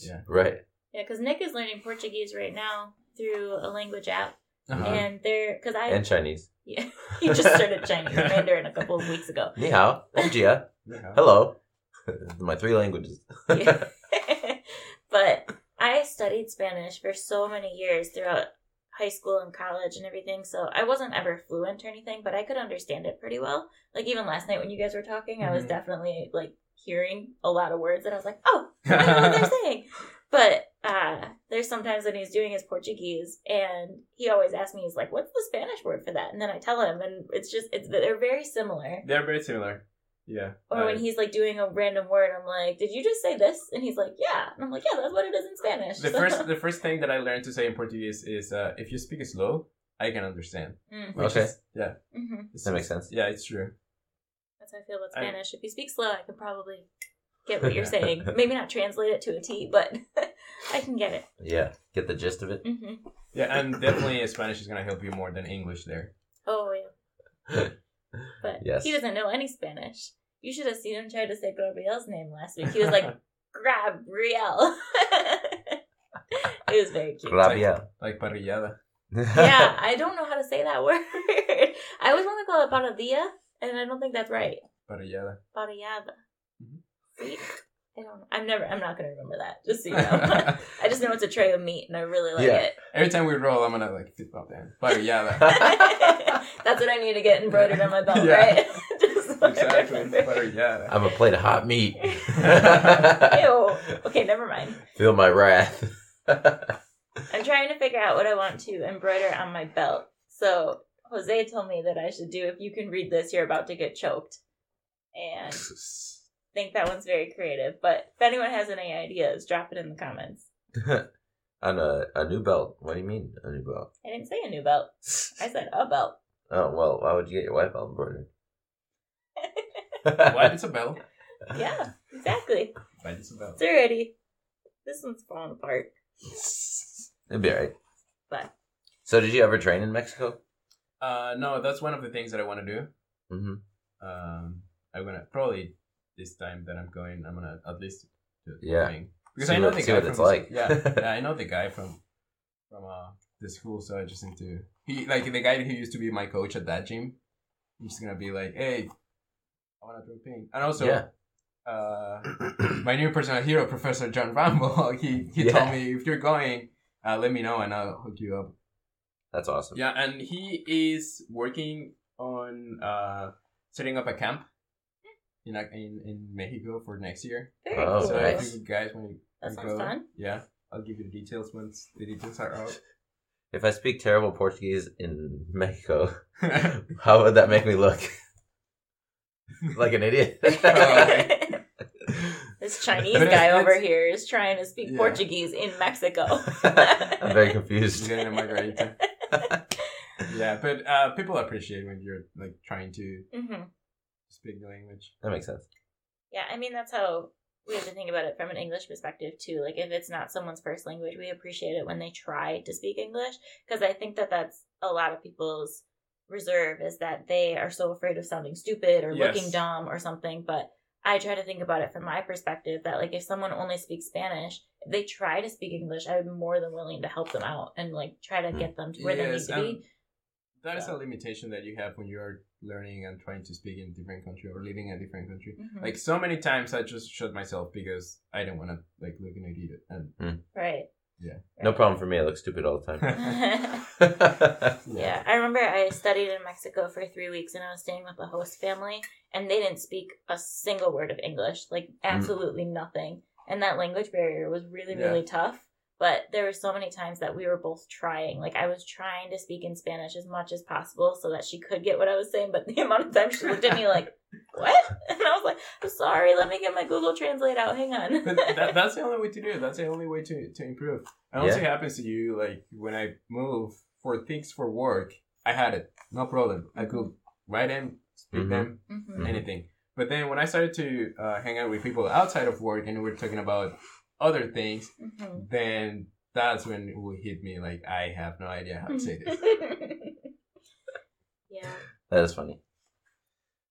C: yeah.
B: Right.
A: Yeah, because Nick is learning Portuguese right now through a language app,
B: Uh-huh.
A: and they're because I
B: And Chinese.
A: yeah, he just
C: (laughs)
A: started Chinese and Mandarin a couple of weeks ago.
B: Ni hao. Bom dia.
C: Yeah.
B: Hello. (laughs) My three languages.
A: (laughs) Yeah. but I studied Spanish for so many years throughout high school and college and everything, so I wasn't ever fluent or anything, but I could understand it pretty well. Like even last night when you guys were talking, I was
C: Mhm.
A: definitely like hearing a lot of words, and I was like, oh, (laughs) I know what
C: (laughs)
A: they're saying. But uh, there's sometimes when he's doing his Portuguese, and he always asks me, he's like, "What's the Spanish word for that?" And then I tell him, and it's just it's they're very similar.
C: They're very similar. Yeah.
A: Or when he's like doing a random word, I'm like, "Did you just say this?" And he's like, "Yeah," and I'm like, "Yeah, that's what it is in Spanish."
C: Uh, (laughs) the
A: (laughs)
C: first the first thing that I learned to say in Portuguese is uh, if you speak slow, I can understand.
A: mm-hmm.
C: Which
B: Okay.
C: is- yeah.
B: That makes sense.
C: Yeah, it's true.
A: That's how I feel about
C: I-
A: Spanish. if you speak slow, I can probably get
B: (laughs)
A: what you're saying. Maybe not translate it to a T, but (laughs) I can get it.
B: Yeah. Get the gist of it.
A: hmm
C: Yeah, and definitely Spanish is gonna help you more than English there.
A: Oh
B: (laughs)
A: yeah. but
B: Yes.
A: he doesn't know any Spanish. You should have seen him try to say Gabriel's name last week. He was
B: (laughs)
A: like, Gabriel. (laughs) it was very cute.
B: Rabia.
C: Like parrillada. (laughs)
A: yeah, I don't know how to say that (laughs) word. I always want to call it paradilla, and I don't think that's right.
C: Parrillada.
A: Parillada.
C: Mhm.
A: See? I don't. I'm never. I'm not gonna remember that. Just
C: (laughs)
A: so you know, (laughs) I just know it's a tray of meat, and I really like
B: Yeah.
A: it. (laughs)
C: Every time we roll, I'm gonna like tip up there.
B: (laughs)
C: But yeah,
A: That's what I need to get embroidered on my belt,
C: Yeah.
A: right? (laughs) Just so I
C: exactly.
A: remember.
C: But yeah,
B: I'm a plate of
A: (laughs)
B: hot meat.
A: Ew. Okay, never mind.
B: Feel my wrath. (laughs)
A: I'm trying to figure out what I want to embroider on my belt. So Jose told me that I should do. If you can read this, you're about to get choked. And I think that one's very creative. But if anyone has any ideas, drop it in the comments.
B: On a, a new belt. What do you mean, a new belt?
A: I didn't say a new belt. I said a
B: (laughs)
A: belt.
B: Oh, well, why would you get your wife belt embroidered? (laughs)
C: Why it's a bell?
A: Yeah, exactly.
C: Why it's a bell?
A: It's already. This one's falling apart.
B: It'd be alright.
A: But
B: So, did you ever train in Mexico?
C: Uh, no, that's one of the things that I want to do.
B: Mhm.
C: Um, I'm gonna probably this time that I'm going, I'm gonna at least do the
B: Yeah.
C: thing. because
B: See
C: I know
B: what-
C: the
B: see
C: guy
B: what
C: from
B: it's
C: the-
B: like.
C: yeah, yeah, I know the guy from from uh the school, so I just need to he like the guy who used to be my coach at that gym. I'm just gonna be like, hey, I wanna throw ping, and also.
B: Yeah.
C: Uh, my new personal hero, Professor John Rambo, (laughs) he, he told
B: Yeah.
C: me if you're going, uh, let me know and I'll hook you up.
B: (laughs) That's awesome.
C: Yeah, and he is working on uh, setting up a camp in a, in, in Mexico for next year.
A: Very
B: Oh,
A: cool.
C: so
B: nice.
C: if you guys want to
A: That sounds
C: go, (laughs)
A: fun.
C: yeah, I'll give you the details once the details are out. (laughs)
B: If I speak terrible Portuguese in Mexico, (laughs) how would that make me look? like an
C: (laughs)
B: idiot.
C: okay.
A: (laughs) this
B: (laughs)
A: Chinese
C: But it's-
A: guy over
C: it's-
A: here is trying to speak
C: Yeah.
A: Portuguese in
C: (laughs)
A: Mexico. (laughs)
B: I'm very
C: He's
B: confused.
C: getting a margarita. yeah, but uh, people appreciate when you're like trying to
A: hmm
C: speak the language.
B: That makes sense.
A: Yeah, I mean that's how we have to think about it from an English perspective too. Like if it's not someone's first language, we appreciate it when they try to speak English because I think that that's a lot of people's reserve is that they are so afraid of sounding stupid or
C: Yes.
A: looking dumb or something. But I try to think about it from my perspective that like if someone only speaks Spanish, if they try to speak English, I'm more than willing to help them out and like try to get them to where they need to
C: and
A: be.
C: um, that is
A: Yeah.
C: a limitation that you have when you are learning and trying to speak in different country or living in a different country.
A: Mhm.
C: Like so many times, I just shut myself because I don't want to like look an idiot. And
A: right.
C: Yeah.
B: No problem for me. I look stupid all the
C: (laughs)
B: time. (laughs)
A: (laughs) problem. Yeah, I remember I studied in Mexico for three weeks and I was staying with a host family, and they didn't speak a single word of English,
C: Mm.
A: like absolutely nothing. And that language barrier was really,
C: Yeah.
A: really tough. But there were so many times that we were both trying. Like, I was trying to speak in Spanish as much as possible so that she could get what I was saying, but (laughs) the amount of time she looked at me like, what? (laughs) And I was like, I'm sorry, let me get my Google Translate out. Hang on.
C: but (laughs) that, that's the only way to do it. That's the only way to, to improve. And also
B: Yeah.
C: happens to you like when I move for things for work, I had it. No problem. I could write them, speak
B: Mhm.
C: them,
A: Mhm.
C: anything. But then when I started to uh, hang out with people outside of work and we are talking about other things,
A: Mhm.
C: then that's when it will hit me like I have no idea how to say
A: (laughs)
C: this.
A: Mm-hmm. yeah.
B: that is funny.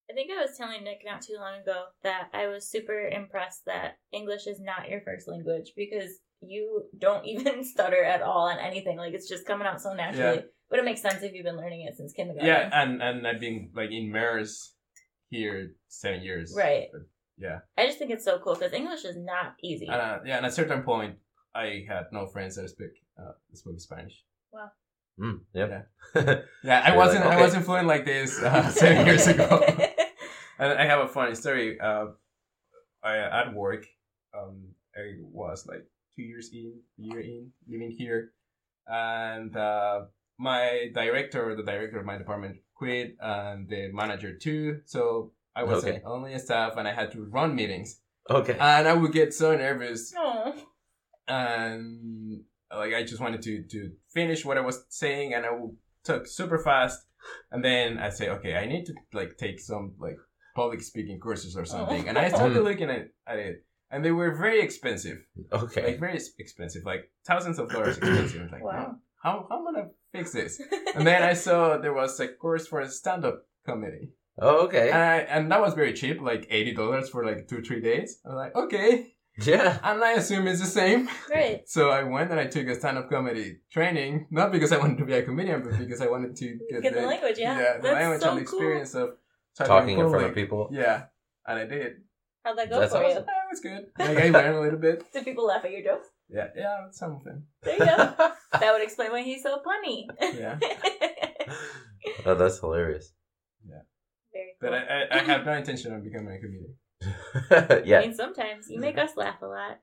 A: I think I was telling Nick not too long ago that I was super impressed that English is not your first language because you don't (laughs) even stutter at all on anything. Like it's just coming out so naturally. But it makes sense if you've been learning it since kindergarten.
C: yeah, and and I've been like immersed here seven years.
A: Right.
C: Yeah.
A: I just think it's so cool because English is not easy.
C: And, uh, yeah, and at a certain point, I had no friends that speak uh, spoke Spanish.
B: Mm, yep.
C: Yeah, I
B: You're
C: wasn't
B: like,
C: I
B: okay.
C: wasn't fluent like this uh, (laughs)
B: (laughs)
C: seven years ago. And I have a funny story. Uh, I at work, um, I was like two years in, year in, living here, and uh, my director, the director of my department, quit, and the manager too. So I was
B: Okay.
C: like, only a staff, and I had to run meetings,
B: (laughs) Okay.
C: and I would get so nervous
A: (laughs) Aw.
C: and like I just wanted to to finish what I was saying, and I w- took super fast, and then I say, okay, I need to like take some like public speaking courses or something, and I started
B: Mm.
C: looking at, at it, and they were very expensive, like
B: Okay.
C: very s- expensive, like thousands of dollars expensive. I was like,
A: Wow.
C: "No, how how am I gonna fix this? And then I saw there was a course for stand up comedy,
B: Oh, okay.
C: and I, and that was very cheap, like eighty dollars for like two three days. I was like, okay,
B: yeah.
C: and I assume it's the same.
A: (laughs) Right.
C: So I went and I took a stand-up comedy training, not because I wanted to be a comedian, but because I wanted to get,
A: Get the language, yeah.
C: the
A: That's
C: language
A: so
C: and the experience of talking,
B: Talking
C: in
B: in front of
C: public.
B: people.
C: Yeah, and I did.
A: Cool. How'd that go
B: That's
A: for
B: awesome.
A: you?
C: That was
A: (laughs)
C: good. Like I learned a little bit.
A: Did people laugh at your jokes?
C: Yeah, yeah, some of
A: (laughs)
C: them.
A: There you
C: (laughs)
A: go. that would explain why he's so funny. (laughs)
C: Yeah,
B: (laughs) oh, that's hilarious. (laughs)
A: Very cool.
C: but I, I, I have no intention of becoming a comedian.
A: I
B: yeah. Mm-hmm.
A: mean, sometimes you make us laugh a lot.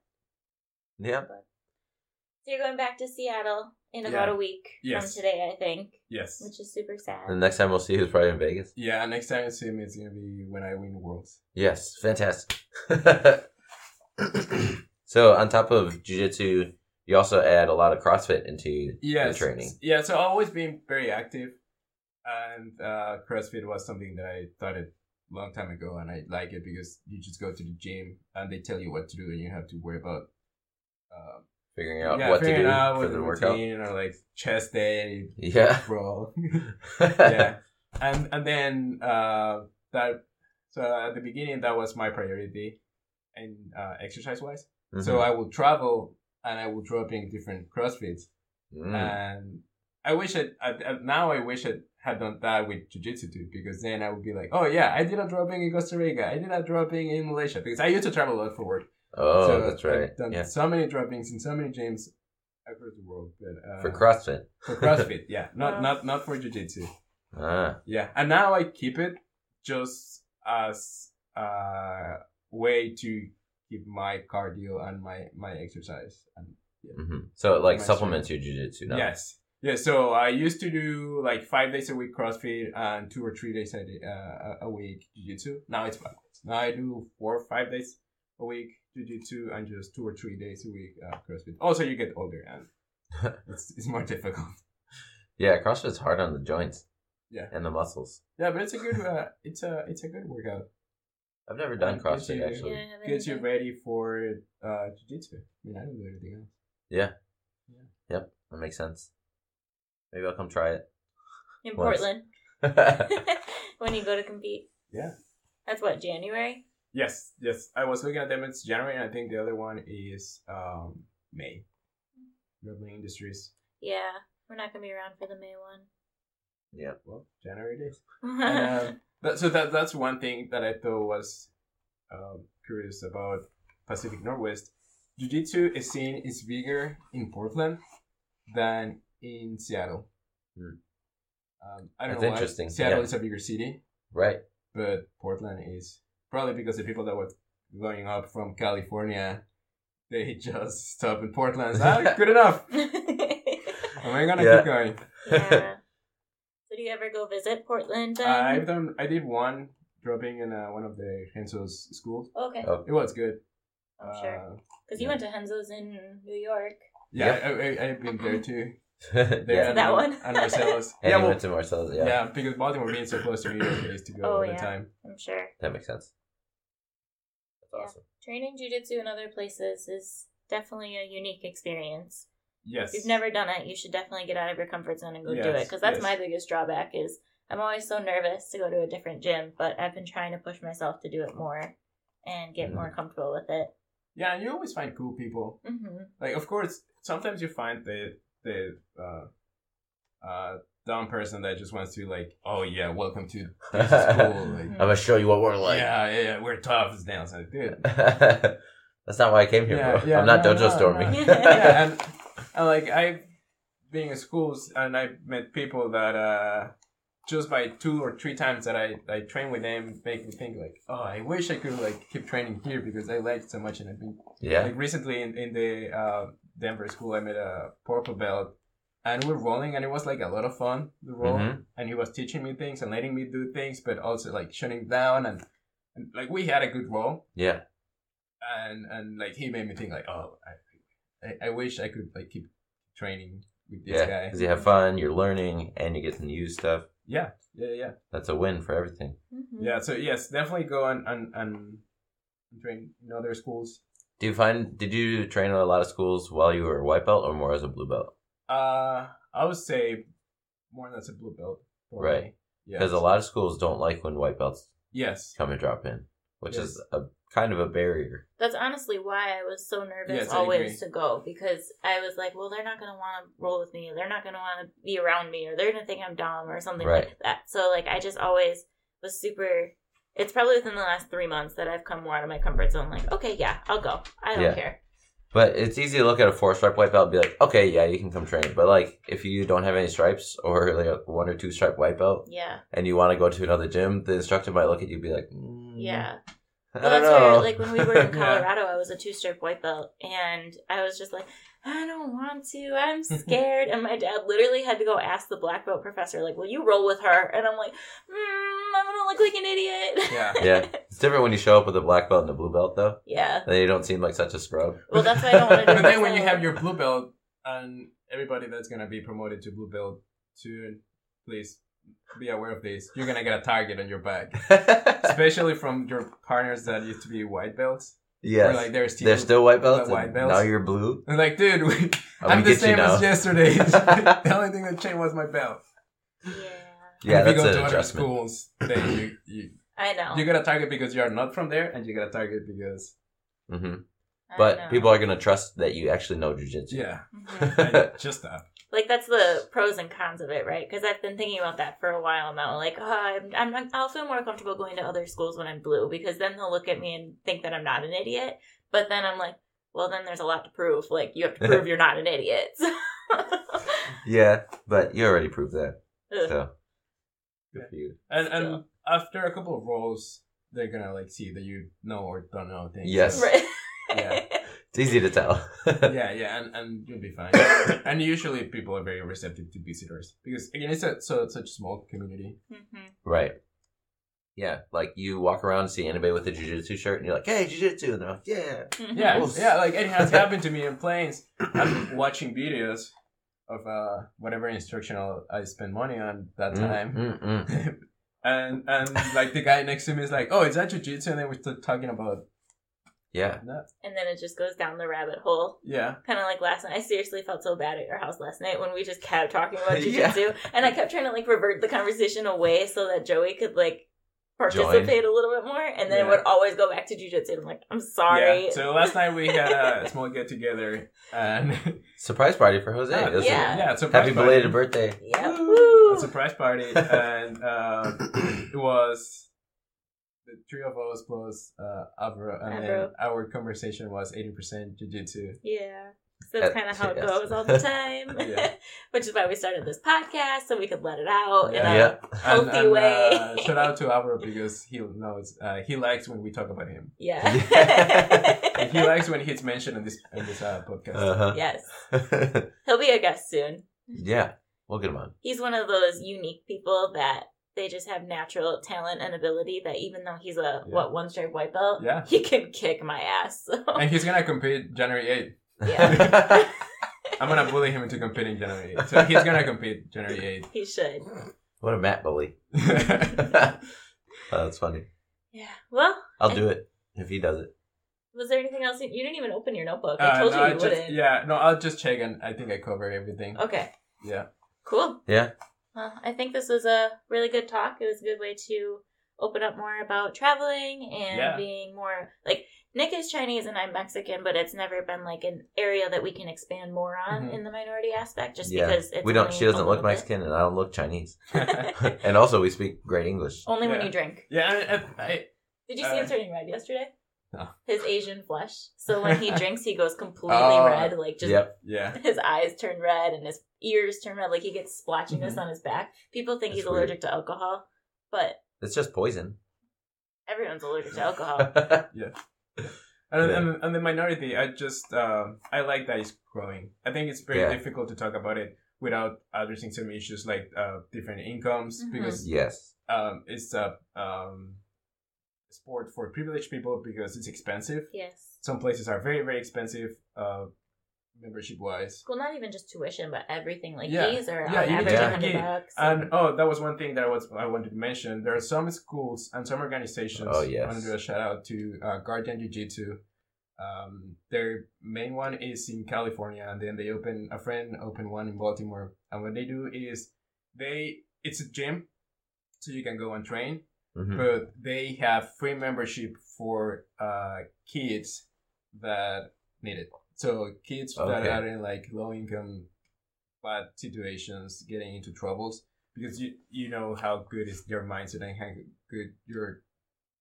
B: Yeah.
A: So you're going back to Seattle in
C: Yeah.
A: about a week
C: Yes.
A: from today, I think,
C: Yes.
A: which is super sad.
B: The next time we'll see you is probably in Vegas.
C: Yeah, next time you see me, it's gonna be when I win worlds.
B: Yes, fantastic. (coughs) so on top of jujitsu, you also add a lot of CrossFit into
C: Yes.
B: your training.
C: Yeah, so I've always been very active, and uh, CrossFit was something that I started a long time ago, and I like it because you just go to the gym and they tell you what to do, and you have to worry about uh,
B: Figuring out
C: yeah,
B: what to
C: figuring
B: do
C: out
B: for (laughs)
C: what
B: the workout. (laughs)
C: routine or like chest day,
B: Yeah. (laughs)
C: bro. (laughs) yeah, and and then uh, that so at the beginning that was my priority, and uh, exercise wise.
B: Mm-hmm.
C: So I will travel and I will drop in different CrossFits, uh,
B: Mm.
C: and I wish it. I, I, now I wish it had done that with jujitsu too, because then I would be like, oh yeah, I did a dropping in Costa Rica, I did a dropping in Malaysia, because I used to travel a lot for work.
B: oh,
C: so
B: that's
C: I've
B: right.
C: done
B: Yeah.
C: so many droppings in so many gyms across the world, but uh,
B: For CrossFit.
C: for
B: (laughs)
C: CrossFit, yeah, not
A: Wow.
C: not not for jujitsu.
B: Ah.
C: Yeah, and now I keep it just as a way to keep my cardio and my my exercise. And
B: hmm So it like
C: Nice.
B: supplements your jujitsu now.
C: yes, yeah. So I used to do like five days a week CrossFit and two or three days a day, uh, a a week jujitsu. Now it's backwards. Now I do four or five days a week jujitsu and just two or three days a week uh, CrossFit. Also, you get older and it's, it's more difficult.
B: Yeah, CrossFit's hard on the joints.
C: Yeah.
B: And the muscles.
C: Yeah, but it's a good uh, it's a it's a good workout.
B: I've never done
C: Um,
B: CrossFit
C: yeah.
B: actually.
A: Yeah, I
C: Gets you
A: haven't-
C: ready for uh, jiu-jitsu. I mean, I don't do anything else.
B: That makes sense. Maybe I'll come try
C: (laughs)
A: in
B: Once.
A: Portland (laughs)
B: it.
A: when you go to compete.
C: Yeah.
A: That's what January.
C: Yes, yes. I was looking at them. It's January, and I think the other one is um, May. Rumbling Industries.
A: Yeah, we're not gonna be around for the May one.
C: Well, January it is.
A: (laughs)
B: (laughs)
C: Um, that, so that that's one thing that I thought was um, curious about Pacific Northwest. Jiu-jitsu is seen is bigger in Portland than in Seattle.
B: Hmm.
C: Um, I don't
B: That's
C: know why.
B: interesting,
C: Seattle
B: yeah.
C: is a bigger city,
B: (laughs) right.
C: but Portland is probably because the people that were going up from California, they (laughs) just stop in Portland.
B: (laughs)
C: Ah, good enough. And we're gonna
B: Yeah.
C: keep going.
A: yeah. So do you ever go visit Portland? Then?
C: I've done. I did one dropping in uh, one of the Henso's schools.
A: okay,
B: Oh. (laughs)
C: It was good.
A: I'm Oh, sure.
C: Uh,
A: Because you went to Henzo's in New York.
C: yeah, I, I, I've been there
A: (laughs)
C: too. There
B: yeah.
A: Is that
C: and,
A: one?
C: and
B: (laughs)
C: Marcelo's.
B: And
C: yeah,
B: you
C: well,
B: went to Marcel's.
C: yeah.
B: Yeah,
C: because Baltimore being so close to New York, I used to go
A: Oh,
C: all
A: yeah.
C: the time.
A: I'm sure.
B: That makes sense. That's
A: Yeah.
B: awesome.
A: Training jujitsu in other places is definitely a unique experience.
C: Yes.
A: If you've never done it, you should definitely get out of your comfort zone and go do it.
C: Yes,
A: Because that's
C: yes.
A: my biggest drawback is I'm always so nervous to go to a different gym, but I've been trying to push myself to do it more and get
C: Mm-hmm.
A: more comfortable with it.
C: Yeah, and you always find cool people.
A: hmm
C: Like, of course, sometimes you find the the uh, uh, dumb person that just wants to like, oh yeah, welcome to this is
B: (laughs)
C: cool. Like,
A: Mm.
B: I'm gonna show you what we're like.
C: yeah, yeah, yeah, we're tough as nails. Like, dude.
B: (laughs) That's not why I came here,
C: Yeah,
B: bro.
C: yeah,
B: I'm not
C: no,
B: dojo
C: no,
B: storming. (laughs)
A: no.
C: yeah, and, and like I've been in schools and I've met people that uh just by two or three times that I, I train with them make me think like, oh I wish I could like keep training here because I like so much and I've been
B: yeah.
C: like recently in, in the uh, Denver school I met a purple belt and we're rolling and it was like a lot of fun the roll
B: Mhm.
C: and he was teaching me things and letting me do things but also like shutting down and, and like we had a good roll
B: Yeah.
C: and and like he made me think like oh I, I, I wish I could like keep training with this
B: Yeah.
C: guy
B: Because you have fun, you're learning, and you get to new stuff.
C: yeah yeah yeah
B: That's a win for everything.
C: yeah so yes definitely go and and, and train in other schools
B: Do you find did you train at a lot of schools while you were a white belt or more as a blue belt?
C: uh I would say more than that's a blue belt for
B: Right.
C: me. yeah
B: Because a lot of schools don't like when white belts (laughs)
C: yes
B: come and drop in, which
C: Yes.
B: is a kind of a barrier.
A: That's honestly why I was so nervous
C: Yes, I
A: always
C: agree.
A: to go because I was like, well, they're not going to want to roll with me. They're not going to want to be around me or they're going to think I'm dumb or something
B: Right.
A: like that. So, like, I just always was super. It's probably within the last three months that I've come more out of my comfort zone. Like, okay, yeah, I'll go. I don't
B: Yeah.
A: care.
B: But it's easy to look at a four stripe white belt and be like, okay, yeah, you can come train. But like, if you don't have any stripes or like a one or two stripe white belt
A: Yeah.
B: and you want to go to another gym, the instructor might look at you and be like, mm,
A: Yeah.
B: I
A: Well,
B: don't
A: that's where,
B: know.
A: like, when we were (laughs) in
C: (laughs) Yeah.
A: Colorado, I was a two stripe white belt, and I was just like, I don't want to.
C: (laughs)
A: I'm scared. and my dad literally had to go ask the black belt professor, like, will you roll with her? And I'm like, mm, I'm going to look like an idiot.
C: yeah
B: (laughs) yeah, it's different when you show up with a black belt and a blue belt though.
A: (laughs) yeah.
B: Then you don't seem like such a scrub. (laughs)
A: Well, that's why I don't want to do
C: (laughs) but then when you
A: myself.
C: have your blue belt and everybody that's gonna be promoted to blue belt soon please be aware of this you're gonna get a target on your back
B: (laughs)
C: especially from your partners that used to be white belts. Yeah,
B: yes,
C: like they're still,
B: they're still white belts.
C: the white
B: and
C: belts.
B: Now you're blue.
C: I'm like, dude, we,
B: I'm
C: I'm
B: gonna
C: the
B: get you (laughs)
C: same (laughs)
B: now.
C: as yesterday. the only thing that changed was my belt.
A: Yeah.
B: Yeah,
C: if
B: that's
C: you go
B: an
C: to other
B: adjustment.
C: schools, then you, you
A: I know.
C: you got to target because you are not from there, and you got to target because
B: hmm
A: I know.
B: But people are gonna trust that you actually know jujitsu. (laughs)
C: yeah,
A: Mhm.
C: like, just that.
A: like that's the pros and cons of it, right? Because I've been thinking about that for a while now. Like, oh, I'm, I'm, I'm, I'll feel more comfortable going to other schools when I'm blue because then they'll look at me and think that I'm not an idiot. But then I'm like, well, then there's a lot to prove. Like, you
C: (laughs)
A: have to prove you're not an idiot. (laughs)
B: yeah, but you already proved that.
A: Ugh.
B: So good for you.
C: And and
A: So-
C: after a couple of rolls, they're gonna like see that you know or don't know things.
B: Yes. (laughs)
A: right.
C: (laughs)
A: (laughs)
C: Yeah.
B: It's easy to tell.
C: yeah, yeah, and, and you'll be fine. and usually, people are very receptive to visitors because again, it's a so such a small community.
A: Mhm.
B: (laughs) Right. Yeah, like you walk around and see anybody with a jujitsu shirt, and you're like, "Hey, jujitsu!" And they're like, "Yeah."
A: Mhm.
C: Yeah,
B: Oof.
C: yeah, like it has happened to me in planes. I'm watching videos of uh whatever instructional I spend money on that time.
B: Mm, mm, mm.
C: And (laughs) and like the guy next to me is like, oh, is that jujitsu? And then we're still talking about
B: Yeah.
C: that.
A: And then it just goes down the rabbit hole.
C: Yeah,
A: Kind of like last night. I seriously felt so bad at your house last night when we just kept talking
C: (laughs)
A: about
B: Yeah.
A: jujitsu, and I kept trying to like revert the conversation away so that Joey could like participate a little bit more, and then it
C: Yeah.
A: would always go back to jujitsu. And I'm like, I'm sorry.
C: Yeah. So last night we had a (laughs) small get together and (laughs)
B: Surprise party for Jose. This is-
A: Yeah.
C: yeah, Uh, surprise
B: Happy
C: party.
B: belated birthday.
A: Yep.
C: a
A: Woo.
C: surprise party, and uh, it was the three of us plus uh, Avro, and then
A: Avro.
C: our conversation was eighty percent jujitsu.
A: yeah. So that's
B: Yeah,
A: kind of how it
B: yes.
C: (laughs)
A: goes all the time,
C: Yeah.
A: (laughs) which is why we started this podcast so we could let it out.
C: Yeah.
A: And, uh,
B: Yeah.
C: And,
A: Healthy
C: and,
A: way.
C: Uh, shout out to Avro because he knows uh, he likes when we talk about him.
A: yeah.
C: (laughs)
A: (laughs)
C: And he likes when he's mentioned in this in this uh, podcast.
B: Uh-huh.
A: yes. He'll be a guest soon.
B: (laughs) yeah. We'll get him on.
A: he's one of those unique people that they just have natural talent and ability that even though he's a
C: Yeah.
A: what one stripe white belt,
C: Yeah.
A: he can kick my ass.
C: (laughs)
A: So,
C: And he's gonna compete January eighth.
A: Yeah.
C: I'm gonna bully him into competing January eighth. So he's gonna compete January eighth.
A: (laughs)
C: (laughs)
A: he should.
B: (laughs) what a Matt bully. (laughs)
C: yeah,
B: Oh, that's funny.
A: Yeah. Well,
B: I'll do it if he does it.
A: was there anything else? You you didn't even open your notebook. I
C: Uh,
A: told
C: no,
A: you
C: I
A: you
C: just-
A: wouldn't.
C: yeah, no, I'll just check and I think I covered everything.
A: Okay.
C: Yeah. (laughs)
A: Cool.
B: Yeah.
A: Well, I think this was a really good talk. It was a good way to open up more about traveling and
C: Yeah.
A: being more like Nick is Chinese and I'm Mexican, but it's never been like an area that we can expand more on
C: Mhm.
A: in the minority aspect just
B: Yeah.
A: because it's
B: we don't.
A: only
B: She
A: a
B: doesn't look
A: little bit-
B: Mexican, and I don't look Chinese. (laughs)
C: (laughs)
B: and also, we speak great
A: (laughs)
B: English.
A: Only when you
C: Yeah.
A: drink.
C: Yeah, I, I, I,
A: Did you see him
C: Uh,
A: turning red yesterday?
C: No.
A: His Asian flush. So when
C: (laughs)
A: he drinks, he goes completely
C: Oh.
A: red. Like just
B: Yep.
C: yeah.
A: his eyes turn red and his ears turn red. Like he gets splotchiness
C: Mhm.
A: on his back. People think
B: That's
A: he's
B: weird.
A: allergic to alcohol, but
B: It's just poison.
A: everyone's allergic
B: (laughs)
A: to alcohol.
B: yeah.
C: And,
B: Yeah.
C: and, and the minority, I just, uh, I like that it's growing. I think it's very
B: Yeah.
C: difficult to talk about it without addressing some issues like uh, different incomes
A: Mhm.
C: because
B: Yes.
C: um, it's a um, sport for privileged people because it's expensive.
A: yes.
C: Some places are very, very expensive uh, membership wise.
A: Well, not even just tuition, but everything. Like
C: Yeah.
A: these are
C: Yeah,
A: on
C: you
A: average
B: can
A: hundred
C: take-
A: bucks.
C: And oh, that was one thing that I was I wanted to mention. There are some schools and some organizations.
B: Oh, yes.
C: I want to do a shout out to uh, Guardian Jiu Jitsu. Um, their main one is in California, and then they open a friend opened one in Baltimore. And what they do is they it's a gym, so you can go and train,
B: Mhm.
C: but they have free membership for uh, kids that need it. So kids that
B: Okay.
C: are in like low income, bad situations, getting into troubles because you you know how good is your mindset and how good your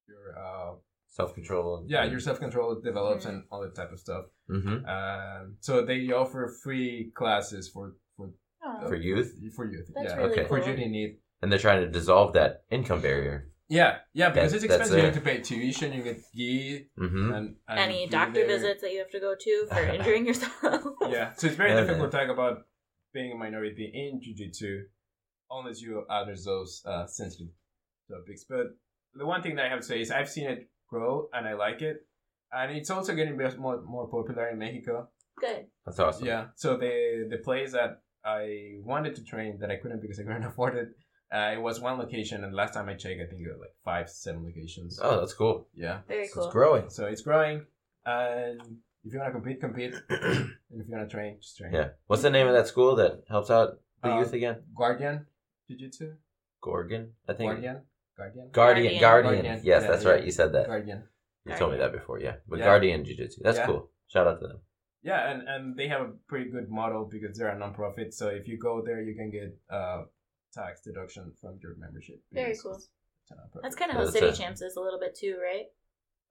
C: your uh
B: Self control.
C: yeah your self control develops and all that type of stuff.
B: hmm
C: Um, so they offer free classes for for
A: Oh,
B: For youth,
C: for youth.
A: That's
C: yeah,
A: really
B: Okay.
A: cool.
C: for youth in need.
B: and they're trying to dissolve that income barrier.
C: Yeah, yeah, because
B: That-
C: it's
B: that's
C: expensive. You
B: there.
C: have to pay tuition. You get gi
B: hmm
C: and, and
A: Any
C: food
A: doctor
C: there.
A: visits that you have to go to
B: (laughs)
A: for injuring yourself.
C: Yeah, so it's very
B: Yeah,
C: difficult to talk about being a minority in jujitsu unless you address those uh, sensitive topics. But the one thing that I have to say is I've seen it grow and I like it, and it's also getting bit more more popular in Mexico.
A: Good.
B: That's awesome.
C: Yeah, so the the place that I wanted to train that I couldn't because I couldn't (laughs) afford it. Uh, it was one location, and last time I checked, I think it was like five, seven locations.
B: Oh, that's cool.
C: Yeah.
A: Very
B: So
A: cool.
B: It's growing.
C: So it's growing, and if you want to
B: (coughs)
C: compete, compete. and if you want to train, just train.
B: Yeah. What's the name of that school that helps out the
C: Uh,
B: youth again?
C: Guardian Jiu Jitsu.
B: Gorgon, I think.
C: Guardian? Guardian?
B: Guardian,
A: Guardian.
B: Guardian.
C: Guardian.
B: Yes,
C: Yeah,
B: that's
C: yeah.
B: right. You said that.
C: Guardian.
B: You told me that before. Yeah, but
C: Yeah.
B: Guardian Jiu-Jitsu. That's
C: Yeah.
B: cool. Shout out to them.
C: Yeah, and, and they have a pretty good model because they're a nonprofit. So if you go there, you can get uh, tax deduction from your membership.
A: Very
C: because
A: cool.
C: it's a nonprofit.
A: That's kind of how
B: That's
A: City
B: it.
A: Champs is a little bit too, right?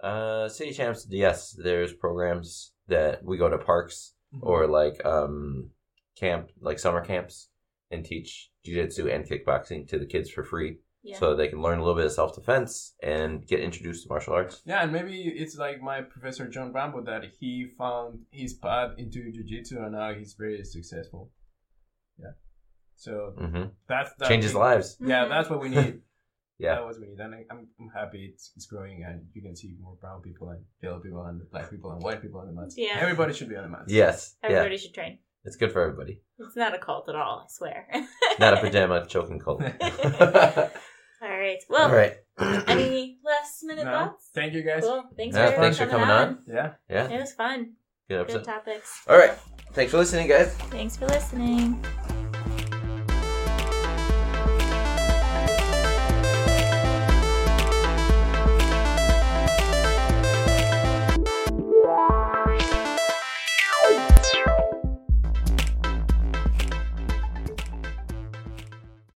B: Uh, City Champs. Yes, there's programs that we go to parks
C: Mm-hmm.
B: or like um camp, like summer camps, and teach jiu-jitsu and kickboxing to the kids for free,
A: Yeah.
B: so they can learn a little bit of self-defense and get introduced to martial arts.
C: Yeah, and maybe it's like my professor John Rambo that he found his path into jujitsu and now he's very successful. Yeah. So
B: Mm-hmm.
C: that's that
B: Changes
C: we-
B: lives.
C: Yeah, that's what we need.
B: Mm. (laughs) Yeah.
C: That was what we need. And I- I'm, I'm happy it's, it's growing and you can see more brown people and yellow people and black people and white people on the mats.
A: Yeah.
C: Everybody should be on the mats.
B: Yes.
A: Everybody
B: Yeah.
A: should train.
B: It's good for everybody.
A: It's not a cult at all, I swear. (laughs)
B: Not a pajama choking (laughs) cult.
A: all right. Well,
B: All right.
A: any last minute
C: No?
A: thoughts?
C: Thank you guys.
A: Cool. Thanks,
B: Yeah,
A: for,
B: thanks for
A: coming
B: coming on.
C: Yeah.
B: Yeah.
A: It was fun.
B: Good
A: Good
B: episode.
A: topics.
B: All right. Thanks for listening, guys.
A: Thanks for listening.